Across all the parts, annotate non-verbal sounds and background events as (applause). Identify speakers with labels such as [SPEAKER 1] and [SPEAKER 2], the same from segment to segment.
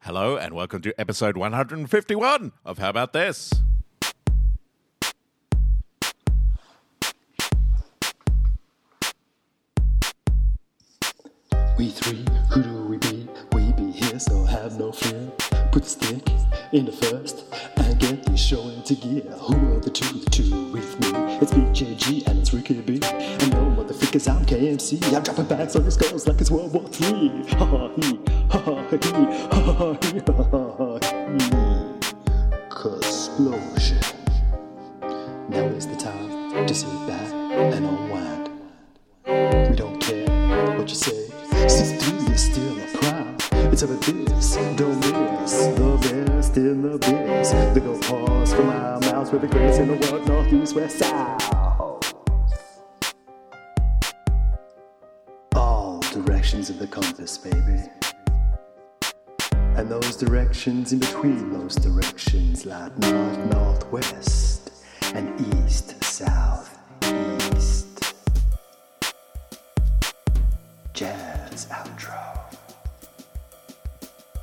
[SPEAKER 1] Hello, and welcome to episode 151 of How About This?
[SPEAKER 2] We three, who do we be? We be here, so have no fear. Put the stick in the first and get this show into gear. Who are the two? The two with me. It's BJG and it's Ricky B. And no motherfuckers, I'm KMC. I'm dropping bags on your skulls like it's World War Three. Ha ha he, ha ha he, ha ha he, ha ha he. Explosion. Now is the time to sit back and unwind. We don't care what you say. Since three is still a crime. It's about this, don't miss. The best in the biz. They go pause for my miles with the grace in the world, north, east, west, south. All directions of the compass, baby. And those directions in between those directions, like north, northwest, and east, south, east. Jazz outro.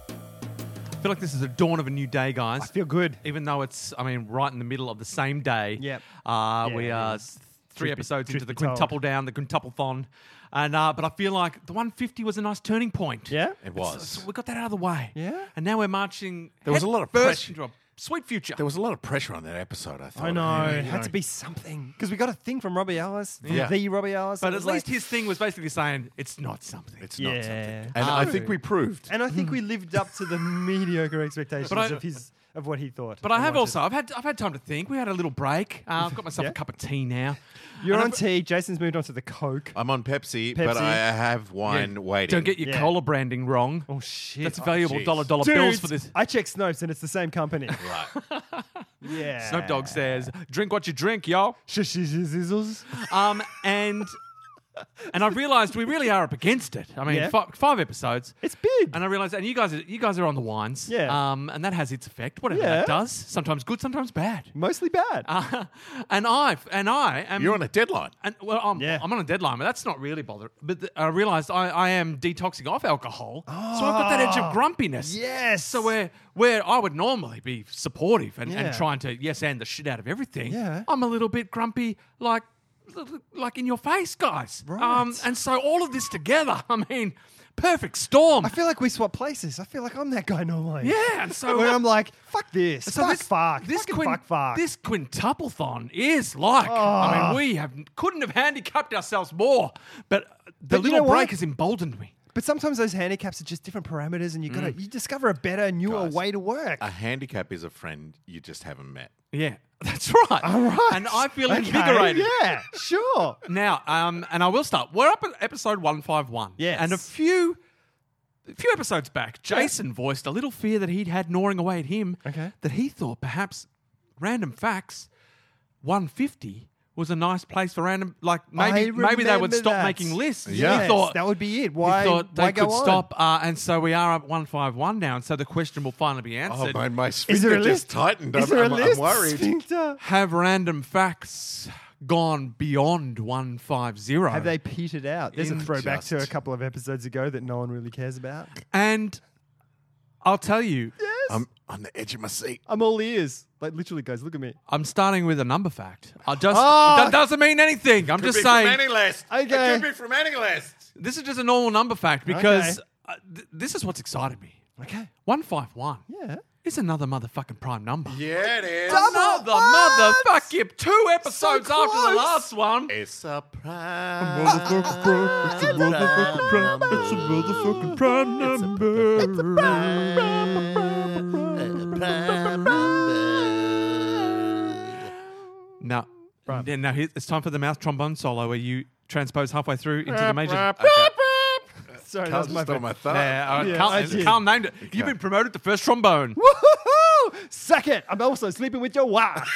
[SPEAKER 3] I feel like this is the dawn of a new day, guys.
[SPEAKER 4] I feel good.
[SPEAKER 3] even though it's, I mean, right in the middle of the same day.
[SPEAKER 4] Yep.
[SPEAKER 3] Uh,
[SPEAKER 4] Yeah,
[SPEAKER 3] we
[SPEAKER 4] it
[SPEAKER 3] are
[SPEAKER 4] is.
[SPEAKER 3] three
[SPEAKER 4] Truth be-
[SPEAKER 3] episodes
[SPEAKER 4] truth
[SPEAKER 3] into the
[SPEAKER 4] be told.
[SPEAKER 3] quintuple down, the quintuplethon, and uh, but I feel like the 150 was a nice turning point.
[SPEAKER 4] Yeah?
[SPEAKER 1] It
[SPEAKER 3] It's-
[SPEAKER 1] was.
[SPEAKER 3] it's- we got that out of the way.
[SPEAKER 4] Yeah?
[SPEAKER 3] And now we're marching.
[SPEAKER 1] There was a lot of
[SPEAKER 3] headfirst
[SPEAKER 1] pressure.
[SPEAKER 3] into a sweet future.
[SPEAKER 1] There was a lot of pressure on that episode, I thought.
[SPEAKER 4] I know.
[SPEAKER 1] Yeah,
[SPEAKER 4] it
[SPEAKER 1] you
[SPEAKER 4] had
[SPEAKER 1] know.
[SPEAKER 4] to be something. Because we got a thing from Robbie Ellis, from
[SPEAKER 1] Yeah.
[SPEAKER 4] the Robbie Ellis.
[SPEAKER 3] but
[SPEAKER 4] It
[SPEAKER 3] at
[SPEAKER 4] was like-
[SPEAKER 3] least his thing was basically saying it's not something.
[SPEAKER 1] It's
[SPEAKER 4] Yeah.
[SPEAKER 1] not something. And I think we proved.
[SPEAKER 4] And I
[SPEAKER 3] Hmm.
[SPEAKER 4] think we lived up
[SPEAKER 3] (laughs)
[SPEAKER 4] to the mediocre expectations
[SPEAKER 3] But I-
[SPEAKER 4] of his of what he thought.
[SPEAKER 3] but I
[SPEAKER 4] he
[SPEAKER 3] have
[SPEAKER 4] wanted.
[SPEAKER 3] also I've had I've had time to think. We had a little break. Uh, I've got myself
[SPEAKER 4] Yeah?
[SPEAKER 3] a cup of tea now.
[SPEAKER 4] You're
[SPEAKER 3] And
[SPEAKER 4] on
[SPEAKER 3] I've-
[SPEAKER 4] tea. Jason's moved on to the Coke.
[SPEAKER 1] I'm on Pepsi, but
[SPEAKER 4] Pepsi.
[SPEAKER 1] I have wine waiting.
[SPEAKER 3] Don't get your
[SPEAKER 4] Yeah.
[SPEAKER 3] cola branding wrong.
[SPEAKER 4] Oh shit!
[SPEAKER 3] That's valuable
[SPEAKER 1] jeez.
[SPEAKER 3] dollar dollar
[SPEAKER 4] Dudes,
[SPEAKER 3] bills for this.
[SPEAKER 4] I checked Snopes and it's the
[SPEAKER 3] (laughs)
[SPEAKER 4] same company.
[SPEAKER 1] (laughs) Right.
[SPEAKER 4] yeah.
[SPEAKER 3] Snoop Dogg says, "Drink what you drink, y'all."
[SPEAKER 4] Zizzles.
[SPEAKER 3] Um, and and I realised we really are up against it. I mean,
[SPEAKER 4] Yeah.
[SPEAKER 3] fi- five episodes.
[SPEAKER 4] It's big.
[SPEAKER 3] and I realised, and you guys, are, you guys are on the wines,
[SPEAKER 4] Yeah.
[SPEAKER 3] Um, and that has its effect, whatever
[SPEAKER 4] Yeah.
[SPEAKER 3] that does. Sometimes good, sometimes bad. (laughs)
[SPEAKER 4] Mostly bad.
[SPEAKER 3] Uh, and I, and I am.
[SPEAKER 1] You're on a deadline.
[SPEAKER 3] And well, I'm,
[SPEAKER 4] Yeah.
[SPEAKER 3] I'm on a deadline, but that's not really bothering. But th- I realised I, I am detoxing off alcohol, so I've got that edge of grumpiness.
[SPEAKER 4] Oh, yes.
[SPEAKER 3] So where where I would normally be supportive and,
[SPEAKER 4] Yeah.
[SPEAKER 3] and trying to yes and the shit out of everything,
[SPEAKER 4] Yeah.
[SPEAKER 3] I'm a little bit grumpy, like like in your face, guys. Um,
[SPEAKER 4] Right.
[SPEAKER 3] and so all of this together, (laughs) I mean, perfect storm.
[SPEAKER 4] I feel like we swap places. I feel like I'm that guy normally.
[SPEAKER 3] yeah, and so
[SPEAKER 4] Where I'm like, fuck this.
[SPEAKER 3] so
[SPEAKER 4] fuck, fuck. This
[SPEAKER 3] quin-
[SPEAKER 4] fuck, fuck.
[SPEAKER 3] This quintuplethon is like. I mean, we have couldn't have handicapped ourselves more, but the
[SPEAKER 4] But you
[SPEAKER 3] little
[SPEAKER 4] know what?
[SPEAKER 3] break has emboldened me.
[SPEAKER 4] But sometimes those handicaps are just different parameters, and you
[SPEAKER 3] Mm.
[SPEAKER 4] gotta you discover a better, newer
[SPEAKER 1] Guys.
[SPEAKER 4] way to work.
[SPEAKER 1] A handicap is a friend you just haven't met.
[SPEAKER 3] Yeah, (laughs) that's right.
[SPEAKER 4] (laughs) All right,
[SPEAKER 3] and I feel
[SPEAKER 4] Okay,
[SPEAKER 3] invigorated.
[SPEAKER 4] Yeah, sure.
[SPEAKER 3] Now, um, and I will start. We're up at episode one five one.
[SPEAKER 4] Yes.
[SPEAKER 3] and a few, a few episodes back, Jason voiced a little fear that he'd had gnawing away at him.
[SPEAKER 4] Okay.
[SPEAKER 3] that he thought perhaps random facts one fifty was a nice place for random. Like (laughs)
[SPEAKER 4] I
[SPEAKER 3] maybe maybe they would
[SPEAKER 4] remember
[SPEAKER 3] stop
[SPEAKER 4] that.
[SPEAKER 3] making lists.
[SPEAKER 1] Yeah.
[SPEAKER 3] he
[SPEAKER 4] Yes,
[SPEAKER 3] thought
[SPEAKER 4] that would be it.
[SPEAKER 3] he
[SPEAKER 4] Why?
[SPEAKER 3] thought they
[SPEAKER 4] why go
[SPEAKER 3] could
[SPEAKER 4] on?
[SPEAKER 3] stop, uh, and so we are up one five one now, and so the question will finally be
[SPEAKER 1] Oh,
[SPEAKER 3] answered.
[SPEAKER 1] my, my
[SPEAKER 4] Is there
[SPEAKER 1] sphincter
[SPEAKER 4] a
[SPEAKER 1] just
[SPEAKER 4] list?
[SPEAKER 1] tightened.
[SPEAKER 4] Is
[SPEAKER 1] I'm,
[SPEAKER 4] there a
[SPEAKER 1] I'm- I'm
[SPEAKER 4] list?
[SPEAKER 1] worried.
[SPEAKER 4] (laughs) Sphincter?
[SPEAKER 3] Have random facts gone beyond one five zero?
[SPEAKER 4] Have they petered out? There's a
[SPEAKER 3] In
[SPEAKER 4] throwback to
[SPEAKER 1] just-
[SPEAKER 4] a couple of episodes ago that no one really cares about.
[SPEAKER 3] And I'll tell you,
[SPEAKER 4] Yes, I'm,
[SPEAKER 1] I'm on the edge of my seat.
[SPEAKER 4] all ears. Like literally, guys, look at me.
[SPEAKER 3] I'm starting with a number fact. I just
[SPEAKER 4] Oh!
[SPEAKER 3] that doesn't mean anything. I'm
[SPEAKER 1] Could
[SPEAKER 3] just
[SPEAKER 1] be from
[SPEAKER 3] saying
[SPEAKER 1] any list.
[SPEAKER 4] Okay.
[SPEAKER 1] It could be from any list.
[SPEAKER 3] this is just a normal number fact because uh, th- this is what's excited me.
[SPEAKER 4] Okay.
[SPEAKER 3] One five one
[SPEAKER 4] Yeah.
[SPEAKER 3] is another motherfucking prime number.
[SPEAKER 1] Yeah, it is.
[SPEAKER 3] Another
[SPEAKER 4] What?
[SPEAKER 3] motherfucking two episodes after the
[SPEAKER 4] close.
[SPEAKER 3] last one.
[SPEAKER 1] It's a
[SPEAKER 3] Motherfucking prime, it's a motherfucking prime, it's a motherfucking prime number. Now,
[SPEAKER 4] Prime.
[SPEAKER 3] then now here- it's time for the mouth trombone solo where you transpose halfway through into the major.
[SPEAKER 4] Sorry,
[SPEAKER 1] Carl
[SPEAKER 4] that's my
[SPEAKER 1] just stole
[SPEAKER 4] bad.
[SPEAKER 1] my thumb.
[SPEAKER 3] Yeah, all right,
[SPEAKER 4] Yeah,
[SPEAKER 3] Carl,
[SPEAKER 4] I did.
[SPEAKER 3] Carl named it. You've been promoted to first trombone.
[SPEAKER 4] (laughs) Woohoo! Suck it. I'm also sleeping with
[SPEAKER 3] (laughs)
[SPEAKER 4] your wife.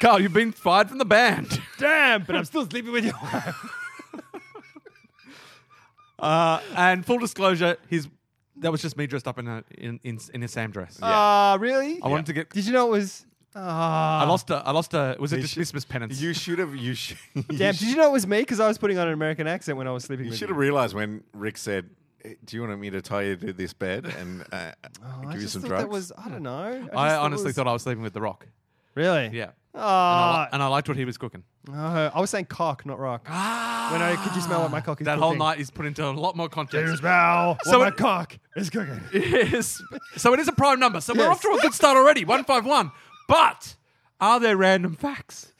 [SPEAKER 3] Carl, you've been fired from the band.
[SPEAKER 4] Damn, but I'm still sleeping
[SPEAKER 3] (laughs)
[SPEAKER 4] with your wife.
[SPEAKER 3] Uh, and full disclosure, his that was just me dressed up in a in in, in a Sam dress.
[SPEAKER 4] Ah, really?
[SPEAKER 3] I wanted to get.
[SPEAKER 4] Did you know it was? Ah,
[SPEAKER 3] I lost a. I lost a. It was a
[SPEAKER 1] You should-
[SPEAKER 3] dismiss penance.
[SPEAKER 1] You should have. (laughs) You should.
[SPEAKER 4] Damn, did you know it was me? Because I was putting on an American accent when I was sleeping
[SPEAKER 1] You
[SPEAKER 4] with
[SPEAKER 1] should
[SPEAKER 4] you.
[SPEAKER 1] have realized when Rick said eh, do you want me to tie you to this bed and uh,
[SPEAKER 3] Oh,
[SPEAKER 4] I
[SPEAKER 1] give you
[SPEAKER 4] just
[SPEAKER 1] some
[SPEAKER 4] thought
[SPEAKER 1] drugs?
[SPEAKER 4] That was I don't know.
[SPEAKER 3] I
[SPEAKER 4] just
[SPEAKER 3] honestly
[SPEAKER 4] was-
[SPEAKER 3] thought I was sleeping with The Rock.
[SPEAKER 4] really.
[SPEAKER 3] Yeah. And, I
[SPEAKER 4] Oh,
[SPEAKER 3] li- and I liked what he was cooking.
[SPEAKER 4] I was saying cock, not rock.
[SPEAKER 3] Ah,
[SPEAKER 4] When I could you smell what my cock is
[SPEAKER 3] that
[SPEAKER 4] cooking?
[SPEAKER 3] whole night is put into a lot more
[SPEAKER 4] Can you
[SPEAKER 3] context.
[SPEAKER 4] smell
[SPEAKER 3] So
[SPEAKER 4] what my
[SPEAKER 3] it-
[SPEAKER 4] cock is cooking.
[SPEAKER 3] (laughs) Yes. So it is a prime number. So we're
[SPEAKER 4] Yes.
[SPEAKER 3] off to a good start already. 151. But are there random facts?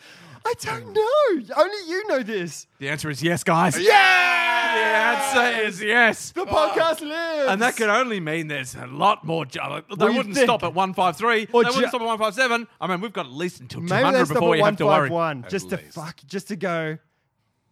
[SPEAKER 4] I don't know. Only you know this.
[SPEAKER 3] The answer is yes, guys. The
[SPEAKER 4] Yeah.
[SPEAKER 3] answer is yes.
[SPEAKER 4] The podcast lives.
[SPEAKER 3] Ah. And that can only mean there's a lot more. Jo- they
[SPEAKER 4] you
[SPEAKER 3] wouldn't
[SPEAKER 4] think?
[SPEAKER 3] stop at 153.
[SPEAKER 4] Or
[SPEAKER 3] they
[SPEAKER 4] ju-
[SPEAKER 3] wouldn't stop at 157. I mean, we've got at least until
[SPEAKER 4] maybe they
[SPEAKER 3] 200
[SPEAKER 4] stop at
[SPEAKER 3] before you have
[SPEAKER 4] one
[SPEAKER 3] to worry.
[SPEAKER 4] five one just to
[SPEAKER 1] least.
[SPEAKER 4] fuck, just to go.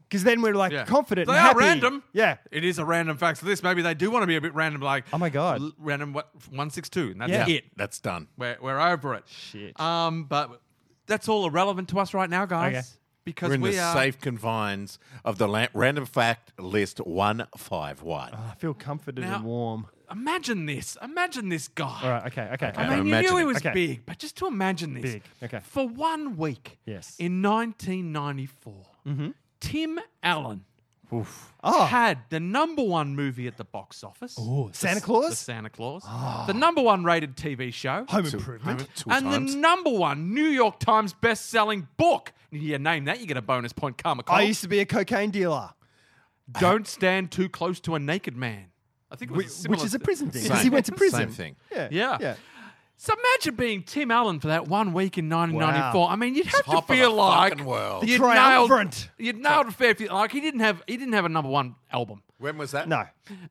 [SPEAKER 4] Because then we're like
[SPEAKER 3] Yeah.
[SPEAKER 4] confident.
[SPEAKER 3] They
[SPEAKER 4] and
[SPEAKER 3] are
[SPEAKER 4] happy.
[SPEAKER 3] random.
[SPEAKER 4] Yeah.
[SPEAKER 3] It is a random fact. So this maybe they do want to be a bit random, like
[SPEAKER 4] Oh my God.
[SPEAKER 3] l- random what one six two, and that's
[SPEAKER 4] Yeah.
[SPEAKER 3] it.
[SPEAKER 1] That's done.
[SPEAKER 3] We're we're over it.
[SPEAKER 4] Shit.
[SPEAKER 3] Um, but that's all irrelevant to us right now, guys.
[SPEAKER 4] Okay.
[SPEAKER 3] Because
[SPEAKER 1] We're in
[SPEAKER 3] we
[SPEAKER 1] the
[SPEAKER 3] are
[SPEAKER 1] safe confines of the la- random fact list
[SPEAKER 3] Oh,
[SPEAKER 1] 151.
[SPEAKER 4] I feel comforted
[SPEAKER 3] Now-
[SPEAKER 4] and warm.
[SPEAKER 3] Imagine this. Imagine this guy.
[SPEAKER 4] All right. Okay. Okay.
[SPEAKER 1] Okay.
[SPEAKER 3] I mean, you
[SPEAKER 1] Imagine
[SPEAKER 3] knew
[SPEAKER 1] it.
[SPEAKER 3] he was
[SPEAKER 4] Okay.
[SPEAKER 3] big, but just to imagine this.
[SPEAKER 4] Big, okay.
[SPEAKER 3] For one week.
[SPEAKER 4] Yes. Mm-hmm.
[SPEAKER 3] In 1994, Tim Allen
[SPEAKER 4] Oh.
[SPEAKER 3] had the number one movie at the box office.
[SPEAKER 4] Oh,
[SPEAKER 3] The
[SPEAKER 4] Santa Claus. Ah.
[SPEAKER 3] Santa Claus. The number one rated TV show.
[SPEAKER 4] Home Improvement.
[SPEAKER 1] Two
[SPEAKER 3] and
[SPEAKER 1] times.
[SPEAKER 3] the number one New York Times best-selling book. You name that, you get a bonus point. Karma Cole.
[SPEAKER 4] I used to be a cocaine dealer,
[SPEAKER 3] Don't stand too close to a naked man. I think it was a similar
[SPEAKER 4] which is a
[SPEAKER 3] th-
[SPEAKER 4] prison thing.
[SPEAKER 1] Same.
[SPEAKER 4] Because he went to
[SPEAKER 1] Same
[SPEAKER 4] prison.
[SPEAKER 1] thing.
[SPEAKER 4] Yeah.
[SPEAKER 3] Yeah.
[SPEAKER 4] Yeah.
[SPEAKER 3] So imagine being Tim Allen for that one week in 1994.
[SPEAKER 4] Wow.
[SPEAKER 3] I mean, you'd have
[SPEAKER 1] Top of
[SPEAKER 3] to
[SPEAKER 1] the
[SPEAKER 3] feel like
[SPEAKER 1] fucking world.
[SPEAKER 3] you'd nailed,
[SPEAKER 4] Triumphant.
[SPEAKER 3] you'd nailed a fair few. Like he didn't have he didn't have a number one album,
[SPEAKER 1] When was that?
[SPEAKER 4] No.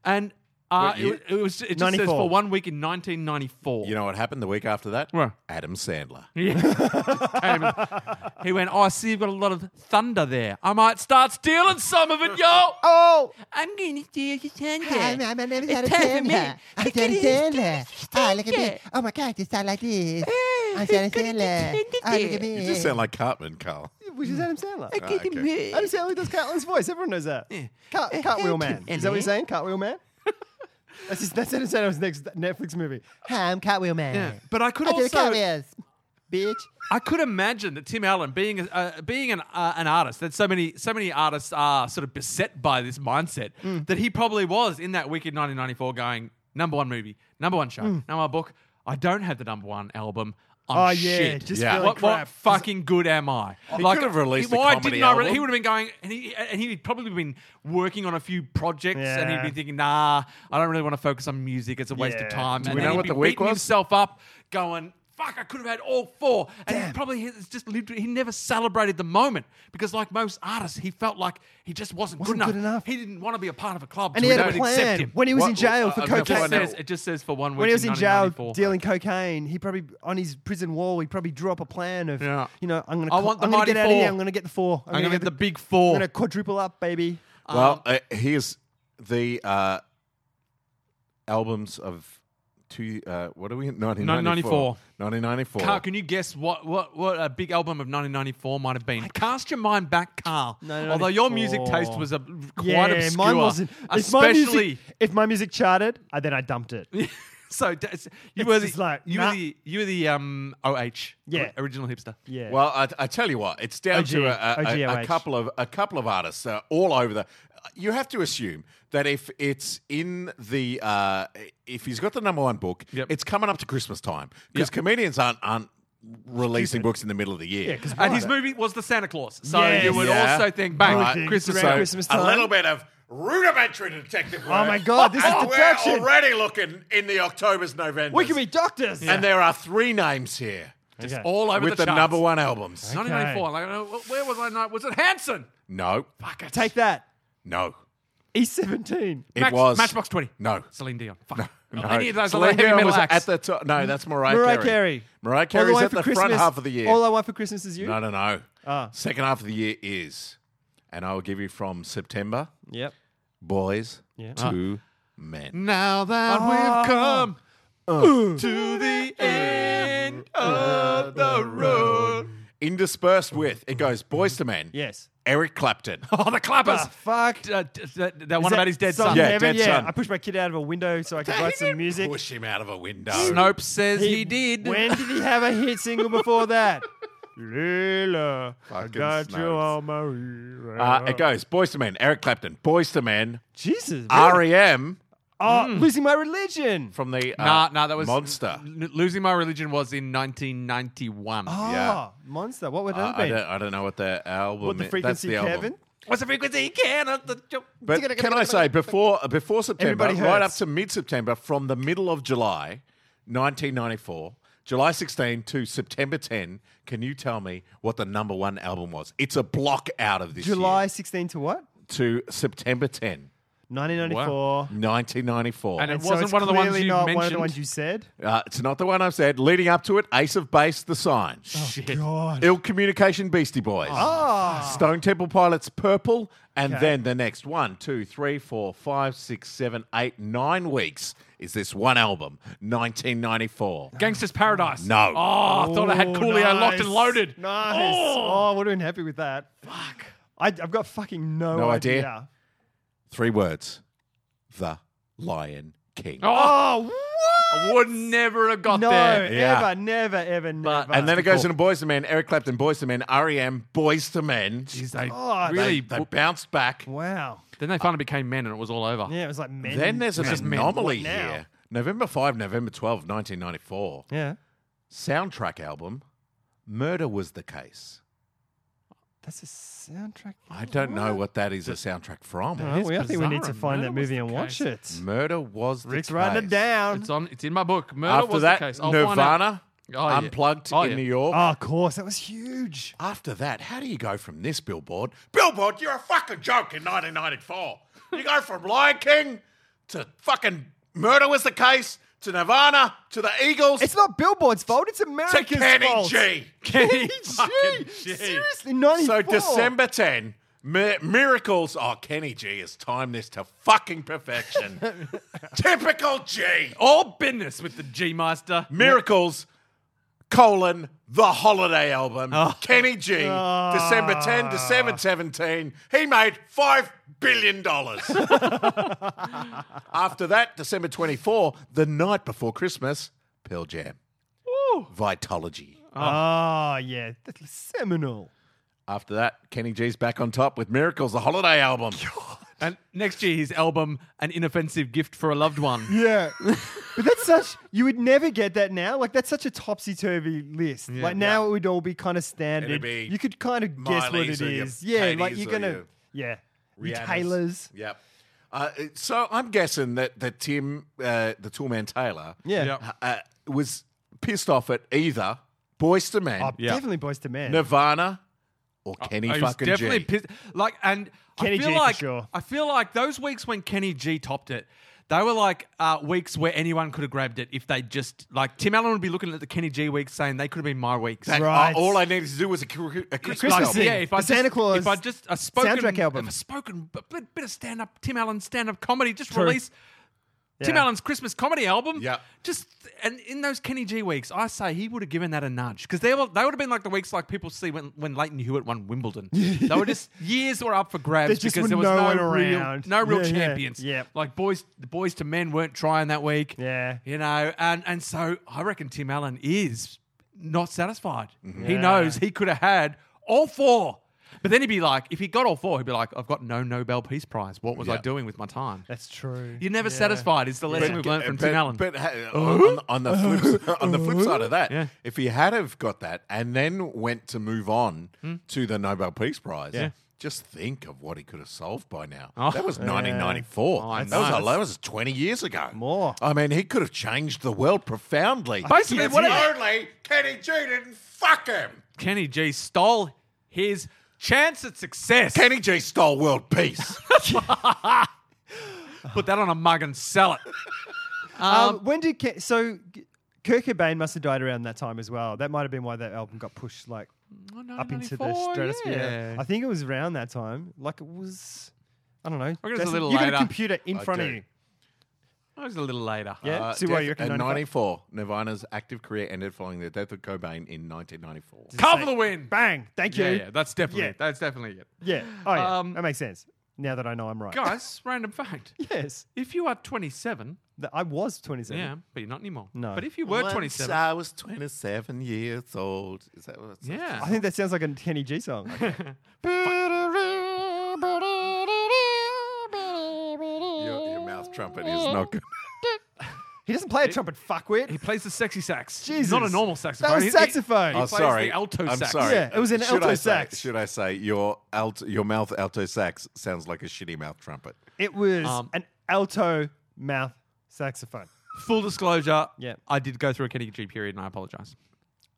[SPEAKER 3] and uh,
[SPEAKER 1] What
[SPEAKER 3] it,
[SPEAKER 1] year?
[SPEAKER 3] wa- it was it just says
[SPEAKER 4] 94.
[SPEAKER 3] for one week in 1994.
[SPEAKER 1] You know what happened the week after that?
[SPEAKER 3] What?
[SPEAKER 1] Adam Sandler.
[SPEAKER 3] (laughs) Yeah. Just came and- he went, oh, I see you've got a lot of thunder there. I might start stealing some of it, yo.
[SPEAKER 4] (laughs) Oh.
[SPEAKER 3] I'm going to steal your thunder.
[SPEAKER 5] Hi, my, my name is
[SPEAKER 3] It's
[SPEAKER 5] Adam
[SPEAKER 3] time for me.
[SPEAKER 5] Sandler. I'm
[SPEAKER 3] Look at
[SPEAKER 5] Adam
[SPEAKER 3] his
[SPEAKER 5] Sandler. Oh, look at me.
[SPEAKER 3] stick.
[SPEAKER 5] Oh, my God, you sound like this. I'm
[SPEAKER 3] he's
[SPEAKER 5] Adam
[SPEAKER 3] gonna
[SPEAKER 5] Sandler.
[SPEAKER 3] pretend it
[SPEAKER 5] Oh, look at
[SPEAKER 3] is.
[SPEAKER 5] me.
[SPEAKER 1] You just sound like Cartman, Carl.
[SPEAKER 4] Which is Adam Sandler.
[SPEAKER 1] Ah, okay.
[SPEAKER 4] Adam Sandler does Cartman's voice. Everyone knows that. Cart,
[SPEAKER 5] Uh,
[SPEAKER 4] Cartwheel
[SPEAKER 5] hey,
[SPEAKER 4] Man.
[SPEAKER 5] Tim
[SPEAKER 4] Is that what you're
[SPEAKER 5] Elliott.
[SPEAKER 4] saying? Cartwheel Man? that's, his, that's Adam Sandler's next Netflix movie.
[SPEAKER 5] Hi, I'm Cartwheel Man.
[SPEAKER 3] Yeah. But I could
[SPEAKER 5] I do the
[SPEAKER 3] also
[SPEAKER 5] cartwheels, bitch.
[SPEAKER 3] I could imagine that Tim Allen, being a, uh, being an uh, an artist, that so many so many artists are sort of beset by this mindset
[SPEAKER 4] Mm.
[SPEAKER 3] that he probably was in that week in 1994, going number one movie, number one show, number one book. I don't have the number one album. I'm
[SPEAKER 4] Mm. Oh, yeah,
[SPEAKER 3] shit.
[SPEAKER 4] just
[SPEAKER 1] Yeah. feeling
[SPEAKER 3] What, what
[SPEAKER 4] crap.
[SPEAKER 3] fucking good am I?
[SPEAKER 1] He could have released a
[SPEAKER 3] why
[SPEAKER 1] comedy
[SPEAKER 3] didn't I? re-
[SPEAKER 1] album.
[SPEAKER 3] he would have been going, and he and he'd probably been working on a few projects, and he'd
[SPEAKER 4] Yeah.
[SPEAKER 3] be thinking, nah, I don't really want to focus on music. It's a waste of
[SPEAKER 4] Yeah.
[SPEAKER 3] time.
[SPEAKER 1] Do
[SPEAKER 3] and
[SPEAKER 1] we
[SPEAKER 3] then
[SPEAKER 1] know
[SPEAKER 3] he'd
[SPEAKER 1] what
[SPEAKER 3] be
[SPEAKER 1] the week
[SPEAKER 3] beating
[SPEAKER 1] was?
[SPEAKER 3] himself up, going, "Fuck, I could have had all four. And he probably has just lived. He never celebrated the moment because, like most artists, he felt like he just wasn't,
[SPEAKER 4] Wasn't
[SPEAKER 3] good,
[SPEAKER 4] good
[SPEAKER 3] enough.
[SPEAKER 4] enough.
[SPEAKER 3] He didn't want to be a part of a club,
[SPEAKER 4] And
[SPEAKER 3] so
[SPEAKER 4] he
[SPEAKER 3] we
[SPEAKER 4] had a
[SPEAKER 3] don't accept
[SPEAKER 4] plan.
[SPEAKER 3] him. uh,
[SPEAKER 4] When he was in
[SPEAKER 1] What-
[SPEAKER 4] jail
[SPEAKER 1] what-
[SPEAKER 4] for
[SPEAKER 1] I was
[SPEAKER 3] it,
[SPEAKER 1] gonna
[SPEAKER 3] just
[SPEAKER 1] find
[SPEAKER 4] cocaine.
[SPEAKER 1] out.
[SPEAKER 3] says, it just says for one week.
[SPEAKER 4] When he was in jail
[SPEAKER 3] 1994.
[SPEAKER 4] dealing cocaine, he probably on his prison wall, he probably drew up a plan of,
[SPEAKER 3] Yeah.
[SPEAKER 4] you know, I'm gonna,
[SPEAKER 3] I
[SPEAKER 4] co-
[SPEAKER 3] want the
[SPEAKER 4] I'm gonna
[SPEAKER 3] mighty
[SPEAKER 4] get out of
[SPEAKER 3] four.
[SPEAKER 4] here, I'm gonna get the four,
[SPEAKER 3] I'm going to get the big
[SPEAKER 4] I'm
[SPEAKER 3] four.
[SPEAKER 4] gonna quadruple up, baby.
[SPEAKER 1] Well, uh, here's the uh, albums of two. Uh, what are we? 1994. 1994.
[SPEAKER 3] Carl, can you guess what, what, what a big album of 1994 might have been? Cast your mind back, Carl.
[SPEAKER 4] 1994.
[SPEAKER 3] Although your music taste was a, quite obscure,
[SPEAKER 4] mine wasn't. If my, music,
[SPEAKER 3] especially
[SPEAKER 4] if my music charted, I, then I dumped it.
[SPEAKER 3] (laughs) so. d- it's- You
[SPEAKER 4] It's
[SPEAKER 3] were the
[SPEAKER 4] just like,
[SPEAKER 3] you
[SPEAKER 4] nah.
[SPEAKER 3] were the you were the um OH
[SPEAKER 4] Yeah.
[SPEAKER 3] or- original hipster.
[SPEAKER 4] Yeah.
[SPEAKER 1] Well, I, I tell you what, it's down
[SPEAKER 4] OG,
[SPEAKER 1] to a- a, a,
[SPEAKER 4] OGOH.
[SPEAKER 1] a couple of a couple of artists uh, all over the. You have to assume that if it's in the uh, if he's got the number one book,
[SPEAKER 3] Yep.
[SPEAKER 1] it's coming up to Christmas time because
[SPEAKER 3] Yep.
[SPEAKER 1] comedians aren't aren't releasing books in the middle of the year. (laughs)
[SPEAKER 4] 'cause
[SPEAKER 3] And his movie was the Santa Claus, so
[SPEAKER 4] Yes.
[SPEAKER 3] you would
[SPEAKER 1] Yeah.
[SPEAKER 3] also think, bang,
[SPEAKER 1] Right.
[SPEAKER 3] Christmas.
[SPEAKER 4] Around
[SPEAKER 1] so
[SPEAKER 4] Christmas
[SPEAKER 1] a
[SPEAKER 4] time?
[SPEAKER 1] little bit of rudimentary detective work.
[SPEAKER 4] Oh my God, this is
[SPEAKER 1] and
[SPEAKER 4] detection.
[SPEAKER 1] We're already looking in the October's November.
[SPEAKER 4] we can be doctors.
[SPEAKER 1] and there are three names here
[SPEAKER 4] Okay.
[SPEAKER 3] all over
[SPEAKER 1] with
[SPEAKER 3] the,
[SPEAKER 1] the,
[SPEAKER 3] charts.
[SPEAKER 1] number one albums.
[SPEAKER 3] 1994. Like, I don't know, where was I? Night was it Hanson?
[SPEAKER 1] No,
[SPEAKER 3] Fuck it.
[SPEAKER 4] Take that. E
[SPEAKER 1] no,
[SPEAKER 4] He's 17.
[SPEAKER 1] it
[SPEAKER 3] Max-
[SPEAKER 1] was
[SPEAKER 3] Matchbox Twenty. (laughs)
[SPEAKER 1] No.
[SPEAKER 3] Celine Dion. Fuck.
[SPEAKER 1] No.
[SPEAKER 3] Any of those
[SPEAKER 1] Celine
[SPEAKER 3] other heavy
[SPEAKER 1] Dion
[SPEAKER 3] metal
[SPEAKER 1] was
[SPEAKER 3] acts. Mm-hmm.
[SPEAKER 1] At the to- no, that's Mariah,
[SPEAKER 4] Mariah
[SPEAKER 1] Carey.
[SPEAKER 4] Carey.
[SPEAKER 1] Mariah
[SPEAKER 4] All I
[SPEAKER 1] Carey's
[SPEAKER 4] Want
[SPEAKER 1] at
[SPEAKER 4] for
[SPEAKER 1] the front
[SPEAKER 4] Christmas-
[SPEAKER 1] half of the year.
[SPEAKER 4] All I want for Christmas is you.
[SPEAKER 1] no, no, no.
[SPEAKER 4] Ah.
[SPEAKER 1] Second half of the year is, and I will give you from September,
[SPEAKER 4] Yep.
[SPEAKER 1] boys
[SPEAKER 4] Yeah.
[SPEAKER 3] Ah.
[SPEAKER 1] to men.
[SPEAKER 3] Now that
[SPEAKER 4] Ah.
[SPEAKER 3] we've come
[SPEAKER 1] Uh.
[SPEAKER 3] uh, to the end
[SPEAKER 4] Uh,
[SPEAKER 3] of the road.
[SPEAKER 1] Interspersed with, it goes boys to men.
[SPEAKER 4] Yes.
[SPEAKER 1] Eric Clapton.
[SPEAKER 3] (laughs) Oh, the clappers.
[SPEAKER 4] Fuck.
[SPEAKER 3] Uh, d- that, that one about his dead son.
[SPEAKER 1] Ah, Yeah,
[SPEAKER 4] never-
[SPEAKER 1] dead son.
[SPEAKER 4] I pushed my kid out of a window so I could write some music.
[SPEAKER 1] Push him out of a window.
[SPEAKER 3] Snopes says he, did.
[SPEAKER 4] When did he have a hit single
[SPEAKER 3] (laughs)
[SPEAKER 4] before that? Leela, I
[SPEAKER 1] Fucking
[SPEAKER 4] got you
[SPEAKER 1] snopes.
[SPEAKER 4] on my ear.
[SPEAKER 1] Uh, it goes boys to men. Eric Clapton. Boys to men.
[SPEAKER 4] Jesus. really?
[SPEAKER 1] REM.
[SPEAKER 4] Oh,
[SPEAKER 3] Mm.
[SPEAKER 4] losing my religion.
[SPEAKER 1] from the uh,
[SPEAKER 3] nah, nah, that was
[SPEAKER 1] monster.
[SPEAKER 3] N- Losing My Religion was in 1991.
[SPEAKER 4] Oh,
[SPEAKER 1] yeah.
[SPEAKER 4] monster. What would
[SPEAKER 1] Uh,
[SPEAKER 4] that
[SPEAKER 1] I
[SPEAKER 4] be?
[SPEAKER 1] don't, I don't know what their album.
[SPEAKER 4] What the
[SPEAKER 1] is.
[SPEAKER 4] frequency,
[SPEAKER 1] That's the album.
[SPEAKER 4] Kevin?
[SPEAKER 3] What's the frequency? Can of the jo-
[SPEAKER 1] But can I say before before September,
[SPEAKER 4] Everybody
[SPEAKER 1] right up
[SPEAKER 4] hurts.
[SPEAKER 1] to mid September, from the middle of July, 1994, July 16 to September 10, can you tell me what the number one album was? It's a block out of this
[SPEAKER 4] July
[SPEAKER 1] year
[SPEAKER 4] 16 to what?
[SPEAKER 1] to September 10,
[SPEAKER 4] 1994.
[SPEAKER 1] 1994.
[SPEAKER 3] And it
[SPEAKER 4] And so
[SPEAKER 3] wasn't
[SPEAKER 4] it's
[SPEAKER 3] one of the ones
[SPEAKER 4] clearly
[SPEAKER 3] you
[SPEAKER 4] not one of the
[SPEAKER 3] mentioned.
[SPEAKER 4] ones you said.
[SPEAKER 1] uh, it's not the one I've said. Leading up to it, Ace of Base, The Sign.
[SPEAKER 3] Oh, Shit. Oh. Ah.
[SPEAKER 4] God.
[SPEAKER 1] Ill Communication, Beastie Boys. Stone Temple Pilots, Purple. And
[SPEAKER 4] Okay.
[SPEAKER 1] then the next one, two, three, four, five, six, seven, eight, nine weeks is this one album, 1994.
[SPEAKER 3] Gangster's Paradise.
[SPEAKER 1] No.
[SPEAKER 3] Oh, I thought I had Coolio locked and loaded.
[SPEAKER 4] Nice.
[SPEAKER 3] Oh.
[SPEAKER 4] Oh, I would have been happy with that. Fuck. I, I've got fucking no,
[SPEAKER 1] No idea. Three words The Lion King.
[SPEAKER 3] Oh,
[SPEAKER 4] what?
[SPEAKER 3] I would never have got
[SPEAKER 4] No,
[SPEAKER 3] there.
[SPEAKER 1] Yeah.
[SPEAKER 4] ever, never, ever, never.
[SPEAKER 1] and then it goes into Boys to Men, Eric Clapton, Boys to Men, REM, Boys to Men.
[SPEAKER 3] Jeez, they
[SPEAKER 4] God.
[SPEAKER 3] really.
[SPEAKER 1] They bounced back.
[SPEAKER 4] Oh, wow.
[SPEAKER 3] then they finally became men, and it was all over.
[SPEAKER 4] Yeah, it was like men.
[SPEAKER 1] Then there's an
[SPEAKER 4] men.
[SPEAKER 1] anomaly
[SPEAKER 4] What now?
[SPEAKER 1] here. November 5, November 12, 1994.
[SPEAKER 4] Yeah,
[SPEAKER 1] Soundtrack album, Murder Was the Case.
[SPEAKER 4] that's a soundtrack.
[SPEAKER 1] I don't know what that is a soundtrack from.
[SPEAKER 4] Well, we- I think we need to
[SPEAKER 3] bizarre.
[SPEAKER 4] find
[SPEAKER 3] Murder
[SPEAKER 4] that
[SPEAKER 3] was
[SPEAKER 4] movie
[SPEAKER 3] the
[SPEAKER 4] and watch it.
[SPEAKER 1] Murder was the
[SPEAKER 4] Rick's
[SPEAKER 1] case.
[SPEAKER 4] writing it down.
[SPEAKER 3] It's on. It's in my book. Murder
[SPEAKER 1] After
[SPEAKER 3] was
[SPEAKER 1] that,
[SPEAKER 3] the case. I'll find out.
[SPEAKER 1] Nirvana
[SPEAKER 3] Oh, yeah.
[SPEAKER 1] unplugged
[SPEAKER 3] Oh,
[SPEAKER 1] in
[SPEAKER 3] yeah.
[SPEAKER 1] New York.
[SPEAKER 4] Oh, of course, that was huge.
[SPEAKER 1] After that, how do you go from this billboard? Billboard, you're a fucking joke in 1994. you go from Lion King to fucking Murder was the case to Nirvana to the Eagles
[SPEAKER 4] It's not Billboard's fault. It's
[SPEAKER 1] to
[SPEAKER 4] America's
[SPEAKER 1] Kenny
[SPEAKER 4] fault. (laughs)
[SPEAKER 1] G. (laughs)
[SPEAKER 4] Kenny
[SPEAKER 1] fucking
[SPEAKER 4] G.
[SPEAKER 1] G.
[SPEAKER 4] Seriously, ninety-four.
[SPEAKER 1] So December 10, mi- miracles. Oh, Kenny G has timed this to fucking perfection. Typical G.
[SPEAKER 3] All business with the G Master.
[SPEAKER 1] Miracles, colon, the holiday album. Kenny G, December 10, December 17. He made $5 billion. After that, December 24, the night before Christmas, Pearl Jam. Vitology.
[SPEAKER 4] Oh yeah, that's seminal.
[SPEAKER 1] After that, Kenny G's back on top with Miracles, the holiday album.
[SPEAKER 3] And next year, his album, An Inoffensive Gift for a
[SPEAKER 1] (laughs)
[SPEAKER 3] Loved One.
[SPEAKER 4] Yeah, (laughs) but that's such. You would never get that now. Like that's such a topsy turvy list. like now it would all be kind of standard.
[SPEAKER 1] It'd be
[SPEAKER 4] you could kind of guess what
[SPEAKER 1] Miley's
[SPEAKER 4] it
[SPEAKER 1] or your
[SPEAKER 4] is. Yeah, like
[SPEAKER 1] Katie's
[SPEAKER 4] you're
[SPEAKER 1] or
[SPEAKER 4] gonna.
[SPEAKER 1] your
[SPEAKER 4] yeah, your
[SPEAKER 1] Rihanna's.
[SPEAKER 4] Taylors.
[SPEAKER 1] Yep. Uh, so I'm guessing that that Tim, uh, the toolman Taylor,
[SPEAKER 4] Yeah.
[SPEAKER 3] Yep.
[SPEAKER 1] uh, was pissed off at either Boyz II Men,
[SPEAKER 4] Oh,
[SPEAKER 3] Yeah.
[SPEAKER 4] definitely Boys to Men.
[SPEAKER 1] Nirvana, or Kenny
[SPEAKER 3] I was
[SPEAKER 1] fucking
[SPEAKER 3] definitely
[SPEAKER 1] G. Uh,
[SPEAKER 3] pissed. Like, and
[SPEAKER 4] Kenny
[SPEAKER 3] I feel
[SPEAKER 4] G for
[SPEAKER 3] like
[SPEAKER 4] sure.
[SPEAKER 3] I feel like those weeks when Kenny G topped it, they were like uh, weeks where anyone could have grabbed it if they just like Tim Allen would be looking at the Kenny G weeks saying they could have been my weeks.
[SPEAKER 1] That-
[SPEAKER 4] Right.
[SPEAKER 1] uh, all I needed to do was a, cr- a Christmas
[SPEAKER 3] Like,
[SPEAKER 4] Christmas
[SPEAKER 1] album.
[SPEAKER 4] thing.
[SPEAKER 3] yeah, if I
[SPEAKER 4] The
[SPEAKER 3] just,
[SPEAKER 4] Santa Claus
[SPEAKER 3] if I just a spoken
[SPEAKER 4] soundtrack album.
[SPEAKER 3] if a spoken a bit, bit of stand up, Tim Allen stand up comedy, just
[SPEAKER 4] True.
[SPEAKER 3] release Tim
[SPEAKER 4] Yeah.
[SPEAKER 3] Allen's Christmas comedy album.
[SPEAKER 1] Yeah.
[SPEAKER 3] just and in those Kenny G weeks, I say he would have given that a nudge because they were they would have been like the weeks like people see when when Leighton Hewitt won
[SPEAKER 4] (laughs)
[SPEAKER 3] Wimbledon. they were just years were up for grabs
[SPEAKER 4] There just
[SPEAKER 3] because
[SPEAKER 4] were
[SPEAKER 3] there was
[SPEAKER 4] no
[SPEAKER 3] no,
[SPEAKER 4] one
[SPEAKER 3] real
[SPEAKER 4] around.
[SPEAKER 3] no real
[SPEAKER 4] Yeah, yeah.
[SPEAKER 3] champions.
[SPEAKER 4] Yep.
[SPEAKER 3] like boys the boys to men weren't trying that week.
[SPEAKER 4] Yeah.
[SPEAKER 3] you know, and and so I reckon Tim Allen is not satisfied.
[SPEAKER 4] Mm-hmm.
[SPEAKER 3] He knows he could have had all four. But then he'd be like, if he got all four, he'd be like, I've got no Nobel Peace Prize. What was I
[SPEAKER 1] Yeah.
[SPEAKER 3] doing with my time?
[SPEAKER 4] That's true.
[SPEAKER 3] You're never satisfied is the lesson we've learned from
[SPEAKER 1] but,
[SPEAKER 3] Tim Allen.
[SPEAKER 1] But ha- on, on the (laughs) flip, on the flip side of that,
[SPEAKER 3] Yeah.
[SPEAKER 1] if he had have got that and then went to move on to the Nobel Peace Prize,
[SPEAKER 3] Hmm. Yeah.
[SPEAKER 1] just think of what he could have solved by now.
[SPEAKER 3] Oh.
[SPEAKER 1] That was 1994.
[SPEAKER 3] Oh, I
[SPEAKER 1] that, was
[SPEAKER 3] know.
[SPEAKER 1] a, that was 20 years ago.
[SPEAKER 4] More.
[SPEAKER 1] I mean, he could have changed the world profoundly.
[SPEAKER 3] Basically,
[SPEAKER 1] If
[SPEAKER 3] what it-
[SPEAKER 1] only Kenny G didn't fuck him.
[SPEAKER 3] Kenny G stole his chance at success.
[SPEAKER 1] Kenny G stole world
[SPEAKER 3] (laughs)
[SPEAKER 1] peace.
[SPEAKER 3] Put that on a mug and sell
[SPEAKER 4] (laughs)
[SPEAKER 3] it.
[SPEAKER 4] Um, when did Ke- so G- Kurt Cobain must have died around that time as well. That might have been why that album got pushed like up into the
[SPEAKER 3] 1994,
[SPEAKER 4] stratosphere.
[SPEAKER 3] yeah.
[SPEAKER 4] I think it was around that time. Like it was, I don't know.
[SPEAKER 3] reckon it was a
[SPEAKER 4] Jason,
[SPEAKER 3] little
[SPEAKER 4] you got
[SPEAKER 3] later.
[SPEAKER 4] a computer in
[SPEAKER 1] I
[SPEAKER 4] front of
[SPEAKER 1] do.
[SPEAKER 4] you.
[SPEAKER 3] That was a little later.
[SPEAKER 4] Yeah.
[SPEAKER 1] Uh,
[SPEAKER 4] See why you
[SPEAKER 1] death-
[SPEAKER 4] reckon
[SPEAKER 1] in
[SPEAKER 4] 95?
[SPEAKER 1] 94, Nirvana's active career ended following the death of Cobain in 1994.
[SPEAKER 3] Cover
[SPEAKER 4] Say,
[SPEAKER 3] the win.
[SPEAKER 4] Bang! Thank you.
[SPEAKER 3] Yeah, yeah, that's definitely
[SPEAKER 4] Yeah.
[SPEAKER 3] it. That's
[SPEAKER 4] (laughs)
[SPEAKER 3] definitely it.
[SPEAKER 4] Yeah. Oh yeah.
[SPEAKER 3] Um,
[SPEAKER 4] that makes sense. Now that I know I'm right.
[SPEAKER 3] Guys, random fact.
[SPEAKER 4] (laughs) Yes.
[SPEAKER 3] If you are 27,
[SPEAKER 4] Th- I was 27.
[SPEAKER 3] yeah, but you're not anymore.
[SPEAKER 4] No.
[SPEAKER 3] But if you were
[SPEAKER 1] Once
[SPEAKER 3] 27,
[SPEAKER 1] I was 27 years old. Is that what it's
[SPEAKER 3] yeah.
[SPEAKER 4] I think that sounds like a Kenny
[SPEAKER 3] (laughs)
[SPEAKER 4] G song.
[SPEAKER 1] Your, your mouth mouth trumpet is not good.
[SPEAKER 4] He doesn't play a trumpet, fuckwit.
[SPEAKER 3] He plays the sexy sax.
[SPEAKER 4] Jesus.
[SPEAKER 3] Not a normal
[SPEAKER 4] That was
[SPEAKER 3] saxophone. He- he-
[SPEAKER 4] saxophone.
[SPEAKER 3] He,
[SPEAKER 4] Oh,
[SPEAKER 1] I'm
[SPEAKER 3] plays
[SPEAKER 1] sorry.
[SPEAKER 3] the alto
[SPEAKER 1] I'm
[SPEAKER 3] sax.
[SPEAKER 1] sorry.
[SPEAKER 4] Yeah, it was an
[SPEAKER 1] Should
[SPEAKER 4] alto
[SPEAKER 1] I say-
[SPEAKER 4] sax.
[SPEAKER 1] should I say your alto, your mouth alto sax sounds like a shitty mouth trumpet?
[SPEAKER 4] It was
[SPEAKER 3] Um,
[SPEAKER 4] an alto mouth saxophone.
[SPEAKER 3] Full disclosure,
[SPEAKER 4] Yeah.
[SPEAKER 3] I did go through a Kenny G period and I apologize.